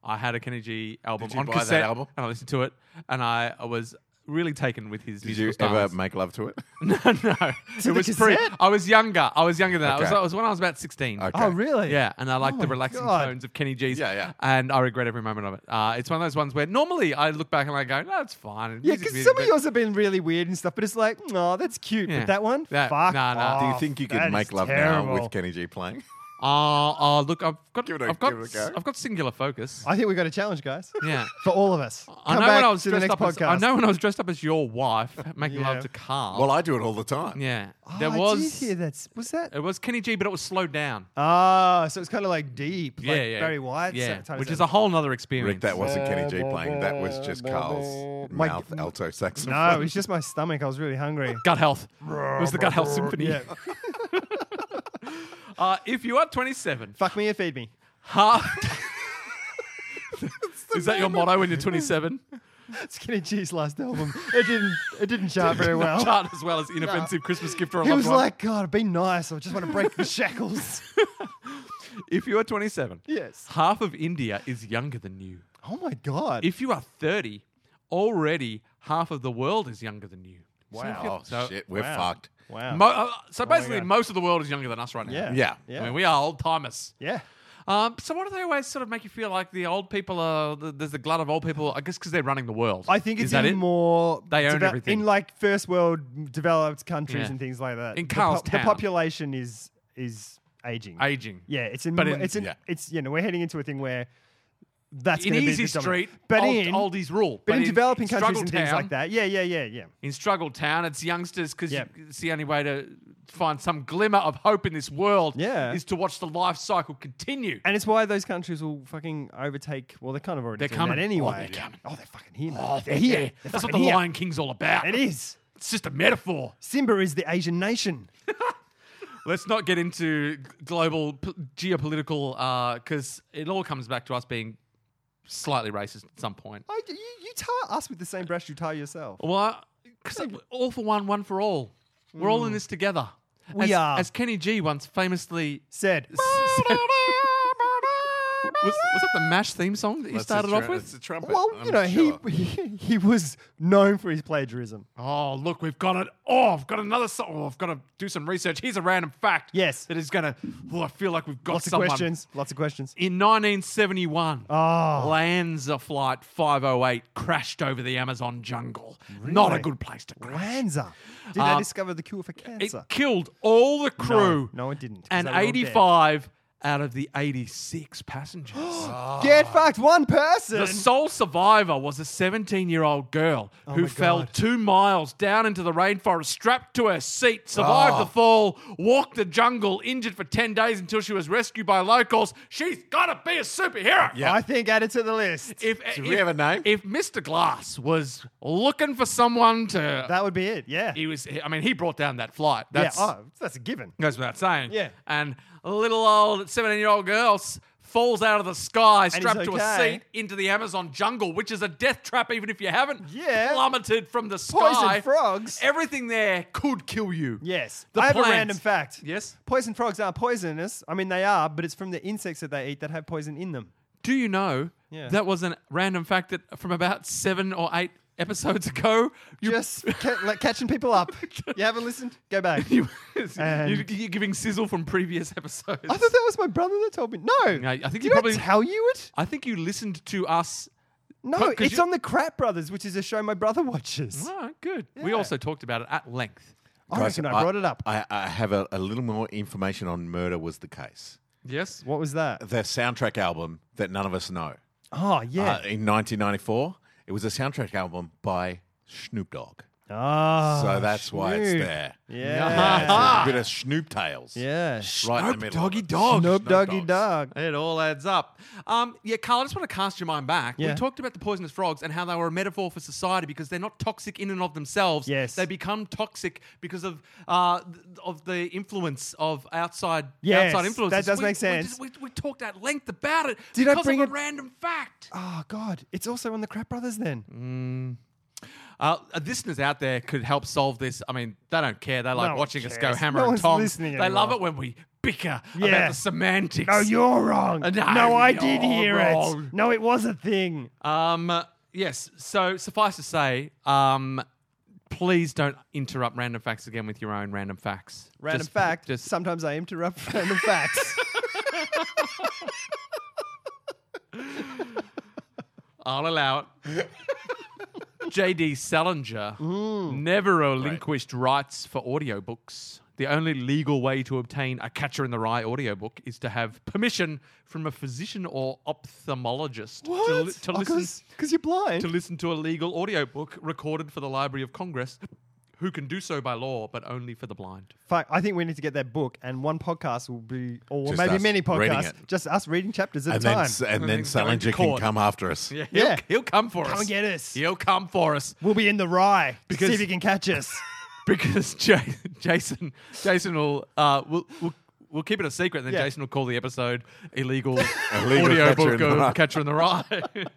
[SPEAKER 3] I had a Kenny G album
[SPEAKER 1] Did you
[SPEAKER 3] on
[SPEAKER 1] buy that
[SPEAKER 3] cassette
[SPEAKER 1] album?
[SPEAKER 3] and I listened to it and I I was really taken with his
[SPEAKER 1] Did you
[SPEAKER 3] musical styles.
[SPEAKER 1] ever make love to it?
[SPEAKER 3] (laughs) No, no.
[SPEAKER 4] the
[SPEAKER 3] it was pre.
[SPEAKER 4] cassette?
[SPEAKER 3] I was younger. I was younger than that. I was,
[SPEAKER 1] Okay.
[SPEAKER 3] I was when I was about 16.
[SPEAKER 1] Okay.
[SPEAKER 4] Oh, really? Oh
[SPEAKER 3] Yeah, and I like the
[SPEAKER 4] my
[SPEAKER 3] relaxing
[SPEAKER 4] God.
[SPEAKER 3] tones of Kenny G's.
[SPEAKER 1] Yeah, yeah.
[SPEAKER 3] And I regret every moment of it. Uh, it's one of those ones where normally I look back and I go, no, it's fine.
[SPEAKER 4] Yeah,
[SPEAKER 3] Music's
[SPEAKER 4] because
[SPEAKER 3] music,
[SPEAKER 4] some of
[SPEAKER 3] but-
[SPEAKER 4] yours have been really weird and stuff, but it's like, oh, that's cute.
[SPEAKER 3] Yeah.
[SPEAKER 4] But that one,
[SPEAKER 3] That-
[SPEAKER 4] fuck.
[SPEAKER 3] nah, nah.
[SPEAKER 1] Do you
[SPEAKER 4] off.
[SPEAKER 1] think you
[SPEAKER 4] Oh, That
[SPEAKER 1] could
[SPEAKER 4] is
[SPEAKER 1] make love now
[SPEAKER 4] terrible.
[SPEAKER 1] with Kenny G playing?
[SPEAKER 3] Oh, oh, look, I've got,
[SPEAKER 1] Give it a-
[SPEAKER 3] I've, got
[SPEAKER 1] give it a go.
[SPEAKER 3] I've got singular focus.
[SPEAKER 4] I think we got a challenge, guys.
[SPEAKER 3] (laughs) yeah.
[SPEAKER 4] For all of us.
[SPEAKER 3] I
[SPEAKER 4] Come
[SPEAKER 3] know
[SPEAKER 4] back
[SPEAKER 3] when I was
[SPEAKER 4] to the
[SPEAKER 3] dressed up.
[SPEAKER 4] next
[SPEAKER 3] As,
[SPEAKER 4] podcast.
[SPEAKER 3] I know when I was dressed up as your
[SPEAKER 4] (laughs)
[SPEAKER 3] wife, making
[SPEAKER 4] Yeah.
[SPEAKER 3] love to
[SPEAKER 1] (laughs)
[SPEAKER 3] Carl.
[SPEAKER 1] Well, I do it all the time.
[SPEAKER 3] yeah,
[SPEAKER 4] Oh,
[SPEAKER 3] there
[SPEAKER 4] I
[SPEAKER 3] was
[SPEAKER 4] did hear that. Was that?
[SPEAKER 3] it was Kenny G, but it was slowed down.
[SPEAKER 4] Ah, so it's kind of like deep, like
[SPEAKER 3] yeah, yeah,
[SPEAKER 4] very wide.
[SPEAKER 3] Yeah,
[SPEAKER 4] so-
[SPEAKER 3] which is a whole nother experience.
[SPEAKER 1] Rick, that wasn't Kenny G playing. That was just Carl's
[SPEAKER 4] My-
[SPEAKER 1] mouth alto saxophone.
[SPEAKER 4] No, it was just my stomach. I was really hungry.
[SPEAKER 3] (laughs) gut health. it was the gut
[SPEAKER 4] (laughs)
[SPEAKER 3] health symphony.
[SPEAKER 4] yeah.
[SPEAKER 3] (laughs) Uh, if you are 27,
[SPEAKER 4] Fuck me and feed me. (laughs)
[SPEAKER 3] (laughs) half. Is that your motto when you're 27?
[SPEAKER 4] Skinny G's last album. It didn't. It didn't chart very (laughs)
[SPEAKER 3] (laughs)
[SPEAKER 4] well.
[SPEAKER 3] Chart as well as inoffensive Christmas gift or a
[SPEAKER 4] He
[SPEAKER 3] loved
[SPEAKER 4] was
[SPEAKER 3] one.
[SPEAKER 4] like, God, be nice. I just want to break the shackles. (laughs)
[SPEAKER 3] if you are 27,
[SPEAKER 4] yes.
[SPEAKER 3] half of India is younger than you.
[SPEAKER 4] Oh my God.
[SPEAKER 3] If you are 30, already half of the world is younger than you. So if you're-
[SPEAKER 1] Oh, shit, we're
[SPEAKER 4] Wow.
[SPEAKER 1] fucked.
[SPEAKER 4] wow.
[SPEAKER 3] Mo- uh, so basically,
[SPEAKER 4] Oh God.
[SPEAKER 3] most of the world is younger than us right now.
[SPEAKER 4] yeah.
[SPEAKER 1] Yeah.
[SPEAKER 4] Yeah.
[SPEAKER 3] I mean, we are old timers.
[SPEAKER 4] yeah.
[SPEAKER 3] Um, so why do they always sort of make you feel like the old people are? th- There's the glut of old people. I guess because they're running the world.
[SPEAKER 4] I think it's
[SPEAKER 3] Is that it?
[SPEAKER 4] even more
[SPEAKER 3] They own
[SPEAKER 4] deve-
[SPEAKER 3] everything.
[SPEAKER 4] in like first world developed countries
[SPEAKER 3] Yeah.
[SPEAKER 4] and things like that.
[SPEAKER 3] In
[SPEAKER 4] the,
[SPEAKER 3] Carl's
[SPEAKER 4] the
[SPEAKER 3] town.
[SPEAKER 4] population is is aging.
[SPEAKER 3] aging.
[SPEAKER 4] yeah, it's in,
[SPEAKER 3] but in-
[SPEAKER 4] it's in,
[SPEAKER 1] yeah.
[SPEAKER 4] it's you know we're heading into a thing where that's
[SPEAKER 3] in
[SPEAKER 4] gonna
[SPEAKER 3] easy
[SPEAKER 4] be the dominant-
[SPEAKER 3] street,
[SPEAKER 4] but
[SPEAKER 3] old,
[SPEAKER 4] in
[SPEAKER 3] oldies rule.
[SPEAKER 4] but in, developing countries
[SPEAKER 3] struggle
[SPEAKER 4] and things
[SPEAKER 3] town-
[SPEAKER 4] like that. Yeah, yeah, yeah, yeah.
[SPEAKER 3] In struggle town, it's youngsters because
[SPEAKER 4] Yeah.
[SPEAKER 3] it's the only way to find some glimmer of hope in this world.
[SPEAKER 4] Yeah.
[SPEAKER 3] is to watch the life cycle continue.
[SPEAKER 4] And it's why those countries will fucking overtake. Well, they're kind of already
[SPEAKER 3] They're
[SPEAKER 4] doing
[SPEAKER 3] coming.
[SPEAKER 4] that
[SPEAKER 3] Oh,
[SPEAKER 4] anyway.
[SPEAKER 3] they're coming.
[SPEAKER 4] Oh, they're fucking here. mate.
[SPEAKER 3] they're
[SPEAKER 4] here.
[SPEAKER 3] here.
[SPEAKER 4] They're
[SPEAKER 3] That's what the
[SPEAKER 4] fucking here.
[SPEAKER 3] Lion King's all about.
[SPEAKER 4] It is.
[SPEAKER 3] It's just a metaphor.
[SPEAKER 4] Simba is the Asian nation.
[SPEAKER 3] Let's not get into g- global p- geopolitical because it all comes back to us being slightly racist at some point.
[SPEAKER 4] I, you, you tar us with the same brush you tar yourself.
[SPEAKER 3] Well, because all for one, one for all. We're all in this together.
[SPEAKER 4] We
[SPEAKER 3] as,
[SPEAKER 4] are.
[SPEAKER 3] As Kenny G once famously
[SPEAKER 4] Said.
[SPEAKER 3] said- was, was that the MASH theme song that you
[SPEAKER 1] That's a
[SPEAKER 3] started
[SPEAKER 1] tru-
[SPEAKER 3] off
[SPEAKER 1] It's
[SPEAKER 3] with?
[SPEAKER 1] a trumpet.
[SPEAKER 4] Well, you
[SPEAKER 1] I'm
[SPEAKER 4] know,
[SPEAKER 1] sure.
[SPEAKER 4] he, he (laughs) he was known for his plagiarism.
[SPEAKER 3] Oh, look, we've got it. Oh, I've got another song. Oh, I've got to do some research. Here's a random fact.
[SPEAKER 4] Yes.
[SPEAKER 3] That is going to, oh, I feel like we've got
[SPEAKER 4] Lots
[SPEAKER 3] someone.
[SPEAKER 4] of questions. Lots of questions.
[SPEAKER 3] In 1971,
[SPEAKER 4] Oh.
[SPEAKER 3] Lanza Flight 508 crashed over the Amazon jungle. Not a
[SPEAKER 4] Really?
[SPEAKER 3] good place to crash.
[SPEAKER 4] Lanza. Did
[SPEAKER 3] Uh,
[SPEAKER 4] they discover the cure for
[SPEAKER 3] It
[SPEAKER 4] cancer?
[SPEAKER 3] killed all the crew.
[SPEAKER 4] No, no, it didn't, 'cause
[SPEAKER 3] And
[SPEAKER 4] they were all dead.
[SPEAKER 3] 85 out of the 86 passengers.
[SPEAKER 4] (gasps) Get fucked, one person.
[SPEAKER 3] Ah. the sole survivor was a 17 year old girl who
[SPEAKER 4] Oh my
[SPEAKER 3] fell
[SPEAKER 4] God.
[SPEAKER 3] two miles down into the rainforest, strapped to her seat, survived
[SPEAKER 4] Ah.
[SPEAKER 3] the fall, walked the jungle, injured for 10 days until she was rescued by locals. She's got to be a superhero.
[SPEAKER 1] Yeah.
[SPEAKER 4] I think add it to the list.
[SPEAKER 3] If,
[SPEAKER 1] Do
[SPEAKER 3] if,
[SPEAKER 1] we have a name?
[SPEAKER 3] If Mr. Glass was looking for someone to.
[SPEAKER 4] that would be it. Yeah.
[SPEAKER 3] he was. I mean, he brought down that flight. That's,
[SPEAKER 4] yeah. Oh, that's a given.
[SPEAKER 3] goes without saying.
[SPEAKER 4] Yeah.
[SPEAKER 3] And a little old 17 year old girl s- falls out of the sky,
[SPEAKER 4] he's
[SPEAKER 3] strapped to a
[SPEAKER 4] okay.
[SPEAKER 3] seat into the Amazon jungle, which is a death trap, even if you haven't
[SPEAKER 4] Yeah.
[SPEAKER 3] plummeted from the
[SPEAKER 4] Poison
[SPEAKER 3] sky.
[SPEAKER 4] frogs.
[SPEAKER 3] Everything there could kill you.
[SPEAKER 4] Yes.
[SPEAKER 3] The
[SPEAKER 4] I have a
[SPEAKER 3] plants.
[SPEAKER 4] random fact.
[SPEAKER 3] Yes?
[SPEAKER 4] Poison frogs are poisonous. I mean, they are, but it's from the insects that they eat that have poison in them.
[SPEAKER 3] Do you know
[SPEAKER 4] Yeah.
[SPEAKER 3] that was a random fact that from about seven or eight episodes ago, you. (laughs)
[SPEAKER 4] Just ca- like catching people up. You haven't listened? Go back.
[SPEAKER 3] you
[SPEAKER 4] And-
[SPEAKER 3] are giving sizzle from previous episodes.
[SPEAKER 4] I thought that was my brother that told me. No.
[SPEAKER 3] No, I think
[SPEAKER 4] Did
[SPEAKER 3] you
[SPEAKER 4] I
[SPEAKER 3] probably-
[SPEAKER 4] tell you it?
[SPEAKER 3] I think you listened to us.
[SPEAKER 4] No,
[SPEAKER 3] 'Cause
[SPEAKER 4] it's
[SPEAKER 3] you-
[SPEAKER 4] on the Crap Brothers, which is a show my brother watches.
[SPEAKER 3] Oh, good. We
[SPEAKER 4] Yeah.
[SPEAKER 3] also talked about it at length.
[SPEAKER 4] I reckon I brought it up.
[SPEAKER 1] I, I have a, a little more information on Murder Was the Case.
[SPEAKER 3] Yes.
[SPEAKER 4] What was that?
[SPEAKER 1] The soundtrack album that none of us know.
[SPEAKER 4] Oh
[SPEAKER 1] Uh,
[SPEAKER 4] yeah.
[SPEAKER 1] in 1994, it was a soundtrack album by Snoop Dogg.
[SPEAKER 4] Oh,
[SPEAKER 1] so that's why it's
[SPEAKER 4] Snoop.
[SPEAKER 1] there.
[SPEAKER 4] Yeah. (laughs)
[SPEAKER 1] It's a bit of Snoop tails. Right
[SPEAKER 4] yeah.
[SPEAKER 1] in the
[SPEAKER 3] Snoop
[SPEAKER 1] middle of
[SPEAKER 3] Doggy
[SPEAKER 1] it.
[SPEAKER 3] Dog.
[SPEAKER 4] Snoop Doggy
[SPEAKER 1] Dogs.
[SPEAKER 4] Dog.
[SPEAKER 3] It all adds up. Um, yeah, Carl, I just want to cast your mind back.
[SPEAKER 4] Yeah.
[SPEAKER 3] We talked about the poisonous frogs and how they were a metaphor for society because they're not toxic in and of themselves.
[SPEAKER 4] Yes.
[SPEAKER 3] They become toxic because of uh, th- of the influence of outside
[SPEAKER 4] Yes,
[SPEAKER 3] outside influences.
[SPEAKER 4] that does
[SPEAKER 3] We-
[SPEAKER 4] make sense.
[SPEAKER 3] We, just- we, we talked at length about it
[SPEAKER 4] Did I
[SPEAKER 3] because
[SPEAKER 4] bring
[SPEAKER 3] of
[SPEAKER 4] it-
[SPEAKER 3] a random fact.
[SPEAKER 4] Oh, God. It's also on the Crap Brothers then.
[SPEAKER 3] Uh, listeners out there could help solve this. I mean, they don't care. They like
[SPEAKER 4] one
[SPEAKER 3] watching us go
[SPEAKER 4] cares.
[SPEAKER 3] hammer
[SPEAKER 4] No
[SPEAKER 3] and
[SPEAKER 4] one's
[SPEAKER 3] tongs. They
[SPEAKER 4] listening
[SPEAKER 3] love
[SPEAKER 4] anymore.
[SPEAKER 3] it when we bicker
[SPEAKER 4] Yeah.
[SPEAKER 3] about the semantics.
[SPEAKER 4] No, you're wrong.
[SPEAKER 3] Uh,
[SPEAKER 4] No,
[SPEAKER 3] no,
[SPEAKER 4] I did
[SPEAKER 3] you're
[SPEAKER 4] hear
[SPEAKER 3] wrong.
[SPEAKER 4] it. No, it was a thing.
[SPEAKER 3] Um, yes. So suffice to say, um, please don't interrupt random facts again with your own random facts.
[SPEAKER 4] Random
[SPEAKER 3] Just-
[SPEAKER 4] fact.
[SPEAKER 3] Just
[SPEAKER 4] sometimes I interrupt (laughs) random facts.
[SPEAKER 3] I'll
[SPEAKER 4] (laughs)
[SPEAKER 3] allow it. J.D. Salinger never relinquished rights for audiobooks. The only legal way to obtain a Catcher in the Rye audiobook is to have permission from a physician or ophthalmologist to, li- to listen
[SPEAKER 4] Because Oh, you're blind.
[SPEAKER 3] to listen to a legal audiobook recorded for the Library of Congress, who can do so by law, but only for the blind.
[SPEAKER 4] Fuck, I think we need to get that book, and one podcast will be, or
[SPEAKER 1] Just
[SPEAKER 4] maybe
[SPEAKER 1] us
[SPEAKER 4] many
[SPEAKER 1] reading
[SPEAKER 4] podcasts,
[SPEAKER 1] it.
[SPEAKER 4] just us reading chapters at a
[SPEAKER 1] And
[SPEAKER 4] time.
[SPEAKER 1] then, and (laughs)
[SPEAKER 3] then
[SPEAKER 1] then Salinger can
[SPEAKER 3] court.
[SPEAKER 1] come after us.
[SPEAKER 3] Yeah, he'll,
[SPEAKER 4] Yeah.
[SPEAKER 3] he'll come for us.
[SPEAKER 4] Come and get us.
[SPEAKER 3] He'll come for us
[SPEAKER 4] We'll be in the rye. Because
[SPEAKER 3] Because-
[SPEAKER 4] see if you can catch us.
[SPEAKER 3] (laughs) because Ja- Jason, Jason will, uh, will, will, will keep it a secret. And then
[SPEAKER 4] Yeah.
[SPEAKER 3] Jason will call the episode "Illegal,
[SPEAKER 1] (laughs) Illegal
[SPEAKER 3] Audio
[SPEAKER 1] Catcher in
[SPEAKER 3] Book
[SPEAKER 1] the Rye.
[SPEAKER 3] of Catcher in the Rye" (laughs) because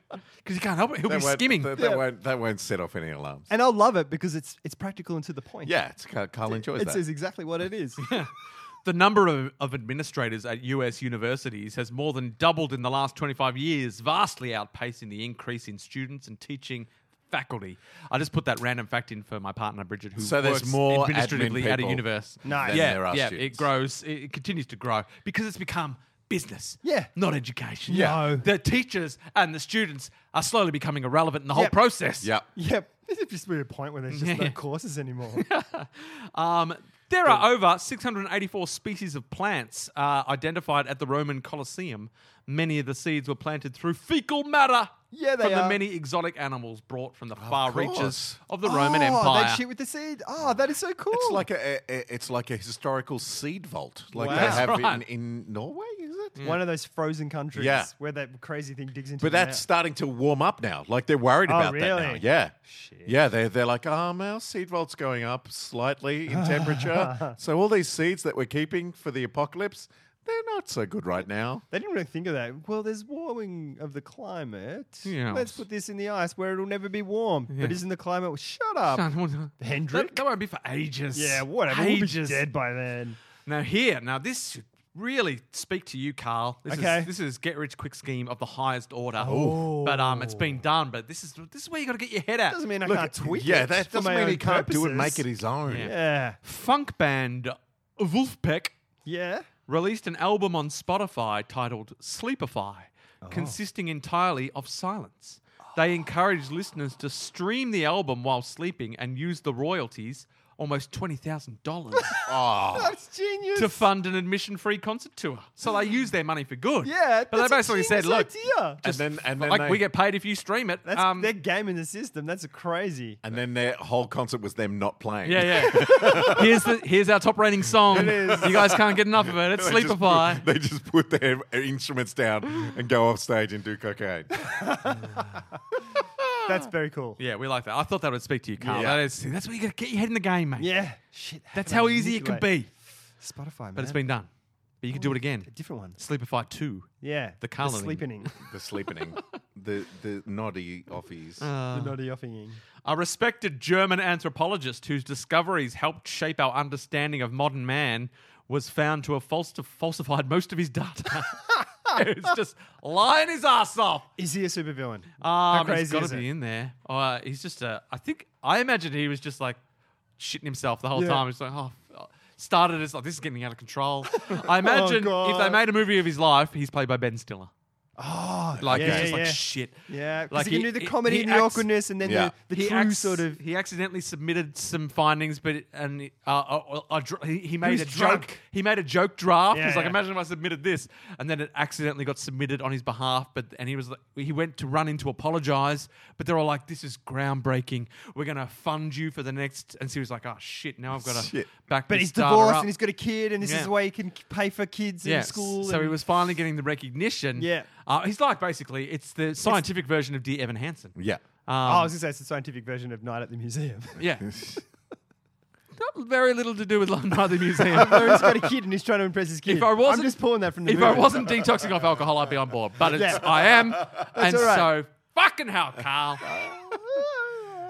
[SPEAKER 3] he can't help it. He'll
[SPEAKER 1] That
[SPEAKER 3] be
[SPEAKER 1] won't-
[SPEAKER 3] skimming.
[SPEAKER 1] That, that won't, that won't set off any alarms.
[SPEAKER 4] (laughs) and I'll love it because it's it's practical and to the point.
[SPEAKER 1] yeah, it's, Carl Carl enjoys
[SPEAKER 4] It
[SPEAKER 1] that.
[SPEAKER 4] says exactly what
[SPEAKER 1] (laughs)
[SPEAKER 4] it is. (laughs)
[SPEAKER 3] The number of, of administrators at US universities has more than doubled in the last 25 years, vastly outpacing the increase in students and teaching faculty. I just put that random fact in for my partner Bridget, who
[SPEAKER 1] So there's
[SPEAKER 3] works
[SPEAKER 1] more
[SPEAKER 3] administratively
[SPEAKER 1] admin
[SPEAKER 3] at a
[SPEAKER 1] people
[SPEAKER 3] universe.
[SPEAKER 1] Nice. than
[SPEAKER 3] yeah,
[SPEAKER 1] there are
[SPEAKER 3] yeah,
[SPEAKER 1] students.
[SPEAKER 3] it grows. It, it continues to grow because it's become business.
[SPEAKER 4] Yeah.
[SPEAKER 3] not education.
[SPEAKER 1] Yeah. No.
[SPEAKER 3] the teachers and the students are slowly becoming irrelevant in the whole
[SPEAKER 4] Yep.
[SPEAKER 3] process.
[SPEAKER 1] yeah.
[SPEAKER 4] yep. This is just be a point where there's just no
[SPEAKER 3] Yeah.
[SPEAKER 1] (laughs)
[SPEAKER 4] courses anymore.
[SPEAKER 3] Um, there are over 684 species of plants uh, identified at the Roman Colosseum. Many of the seeds were planted through fecal matter
[SPEAKER 4] Yeah, they
[SPEAKER 3] from
[SPEAKER 4] are.
[SPEAKER 3] the many exotic animals brought from the far reaches
[SPEAKER 1] course.
[SPEAKER 3] of the Roman
[SPEAKER 4] oh,
[SPEAKER 3] Empire.
[SPEAKER 4] That shit with the seed. Oh, that is so cool.
[SPEAKER 1] It's like a, a it's like a historical seed vault, like
[SPEAKER 4] Wow.
[SPEAKER 1] they
[SPEAKER 4] That's Mm.
[SPEAKER 1] have
[SPEAKER 3] right.
[SPEAKER 1] in, in Norway, is it?
[SPEAKER 4] one of those frozen countries
[SPEAKER 1] Yeah.
[SPEAKER 4] where that crazy thing digs into.
[SPEAKER 1] But
[SPEAKER 4] them
[SPEAKER 1] that's
[SPEAKER 4] out.
[SPEAKER 1] starting to warm up now. Like they're worried
[SPEAKER 4] Oh,
[SPEAKER 1] about that now.
[SPEAKER 4] really?
[SPEAKER 1] Yeah, yeah. They're they're like, um, our seed vault's going up slightly in
[SPEAKER 4] (laughs)
[SPEAKER 1] temperature, so all these seeds that we're keeping for the apocalypse, they're not so good right now.
[SPEAKER 4] They didn't really think of that. Well, there's warming of the climate.
[SPEAKER 3] Yeah.
[SPEAKER 4] Let's put this in the ice where it'll never be warm. But isn't the climate? Well, shut up.
[SPEAKER 3] (laughs) That,
[SPEAKER 4] Hendrick?
[SPEAKER 3] that won't be for ages.
[SPEAKER 4] Yeah, whatever. We'll
[SPEAKER 3] Ages.
[SPEAKER 4] be dead by then.
[SPEAKER 3] Now here, now this should really speak to you, Carl. This
[SPEAKER 4] Okay.
[SPEAKER 3] is this is get rich quick scheme of the highest order.
[SPEAKER 4] Oh.
[SPEAKER 3] But um, it's been done. But this is this is where you got to get your head at.
[SPEAKER 4] Doesn't mean I
[SPEAKER 1] Look,
[SPEAKER 4] can't tweak it.
[SPEAKER 1] yeah, that
[SPEAKER 4] for
[SPEAKER 1] doesn't
[SPEAKER 4] my
[SPEAKER 1] mean he
[SPEAKER 4] own
[SPEAKER 1] can't do it. and
[SPEAKER 4] purposes.
[SPEAKER 1] Make it his own.
[SPEAKER 3] Yeah.
[SPEAKER 4] Yeah.
[SPEAKER 3] Funk band Wolfpack
[SPEAKER 4] Yeah.
[SPEAKER 3] released an album on Spotify titled Sleepify,
[SPEAKER 4] Oh.
[SPEAKER 3] consisting entirely of silence. They encouraged listeners to stream the album while sleeping and use the royalties, almost $20,000,
[SPEAKER 1] Oh,
[SPEAKER 4] That's genius.
[SPEAKER 3] to fund an admission free concert tour. So they used their money for good.
[SPEAKER 4] yeah.
[SPEAKER 3] But
[SPEAKER 4] that's
[SPEAKER 3] they
[SPEAKER 4] a
[SPEAKER 3] basically said, look,
[SPEAKER 4] genius idea.
[SPEAKER 1] and then and then
[SPEAKER 3] like
[SPEAKER 1] they-
[SPEAKER 3] we get paid if you stream it.
[SPEAKER 4] That's,
[SPEAKER 3] Um,
[SPEAKER 4] they're gaming the system. That's crazy.
[SPEAKER 1] and then their whole concert was them not playing.
[SPEAKER 3] (laughs) yeah, yeah. here's the here's our top rating song.
[SPEAKER 4] is.
[SPEAKER 3] You guys can't get enough of
[SPEAKER 4] (laughs)
[SPEAKER 3] it. It's
[SPEAKER 1] They just
[SPEAKER 3] Sleepify.
[SPEAKER 1] put- They just put their instruments down and go off stage and do cocaine.
[SPEAKER 3] Ah.
[SPEAKER 4] That's very cool.
[SPEAKER 3] Yeah, we like that. I thought that would speak to you, Carl.
[SPEAKER 1] Yeah.
[SPEAKER 3] That is, that's what you got to get your head in the game, mate.
[SPEAKER 4] Yeah. Shit. how
[SPEAKER 3] That's
[SPEAKER 4] can
[SPEAKER 3] how
[SPEAKER 4] I
[SPEAKER 3] easy it can
[SPEAKER 4] manipulate-
[SPEAKER 3] be.
[SPEAKER 4] Spotify, man.
[SPEAKER 3] But it's been done. But you could do it again.
[SPEAKER 4] a different one.
[SPEAKER 3] Sleepify 2.
[SPEAKER 4] Yeah.
[SPEAKER 3] The colouring. (laughs)
[SPEAKER 4] sleeping.
[SPEAKER 1] the sleepening, the the noddy offies.
[SPEAKER 3] Uh.
[SPEAKER 4] the naughty offing.
[SPEAKER 3] A respected German anthropologist whose discoveries helped shape our understanding of modern man was found to have falsi- falsified most of his data. (laughs) it's just lying his ass off.
[SPEAKER 4] Is he a supervillain?
[SPEAKER 3] Um,
[SPEAKER 4] Ah, crazy
[SPEAKER 3] he's got
[SPEAKER 4] is
[SPEAKER 3] to
[SPEAKER 4] it?
[SPEAKER 3] be in there. Uh, he's just a. I think I imagine he was just like shitting himself the whole
[SPEAKER 4] Yeah.
[SPEAKER 3] time. He's like, oh, f- started as like this is getting
[SPEAKER 4] (laughs)
[SPEAKER 3] out of control. I imagine if they
[SPEAKER 4] Oh, God.
[SPEAKER 3] made a movie of his life, he's played by Ben Stiller.
[SPEAKER 4] Oh,
[SPEAKER 1] Oh,
[SPEAKER 3] like
[SPEAKER 4] yeah,
[SPEAKER 3] it's
[SPEAKER 4] yeah,
[SPEAKER 3] just like
[SPEAKER 4] yeah.
[SPEAKER 3] shit.
[SPEAKER 4] Yeah, because
[SPEAKER 3] Like,
[SPEAKER 4] he, can
[SPEAKER 3] he-
[SPEAKER 4] do the
[SPEAKER 3] he-
[SPEAKER 4] comedy
[SPEAKER 3] he
[SPEAKER 4] and the
[SPEAKER 3] acts-
[SPEAKER 4] awkwardness, and then
[SPEAKER 1] Yeah.
[SPEAKER 4] the, the
[SPEAKER 3] He
[SPEAKER 4] true
[SPEAKER 3] acts-
[SPEAKER 4] sort of.
[SPEAKER 3] he accidentally submitted some findings, but it- and it- uh, uh, uh, dr- he, he made
[SPEAKER 4] was
[SPEAKER 3] a joke.
[SPEAKER 4] drunk.
[SPEAKER 3] He made a joke draft.
[SPEAKER 4] Yeah,
[SPEAKER 3] He's like,
[SPEAKER 4] yeah.
[SPEAKER 3] imagine if I submitted this, and then it accidentally got submitted on his behalf. But and he was like, he went to run in to apologize, but they're all like, this is groundbreaking. We're gonna fund you for the next. And so he was like, oh shit, now I've got to
[SPEAKER 1] Shit.
[SPEAKER 3] back.
[SPEAKER 4] But
[SPEAKER 3] this
[SPEAKER 4] he's
[SPEAKER 3] data
[SPEAKER 4] divorced
[SPEAKER 3] up."
[SPEAKER 4] and he's got a kid, and this
[SPEAKER 3] Yeah.
[SPEAKER 4] is the way he can k- pay for kids in
[SPEAKER 3] Yes.
[SPEAKER 4] school.
[SPEAKER 3] So he
[SPEAKER 4] and-
[SPEAKER 3] was finally getting the recognition.
[SPEAKER 4] Yeah.
[SPEAKER 3] Uh, he's like basically it's the scientific version of Dear Evan Hansen.
[SPEAKER 1] yeah.
[SPEAKER 3] Um,
[SPEAKER 4] oh, I was going to say it's the scientific version of Night at the Museum. (laughs)
[SPEAKER 3] yeah. Not very little to do with London Eye, the
[SPEAKER 4] (laughs)
[SPEAKER 3] museum.
[SPEAKER 4] Where he's got a kid and he's trying to impress his kid.
[SPEAKER 3] If I wasn't,
[SPEAKER 4] I'm just pulling that from the
[SPEAKER 3] If I
[SPEAKER 4] movie.
[SPEAKER 3] wasn't detoxing off alcohol, I'd be on board. But it's,
[SPEAKER 4] Yeah.
[SPEAKER 3] I
[SPEAKER 4] (laughs)
[SPEAKER 3] am, and
[SPEAKER 4] all right.
[SPEAKER 3] so fucking hell, Carl.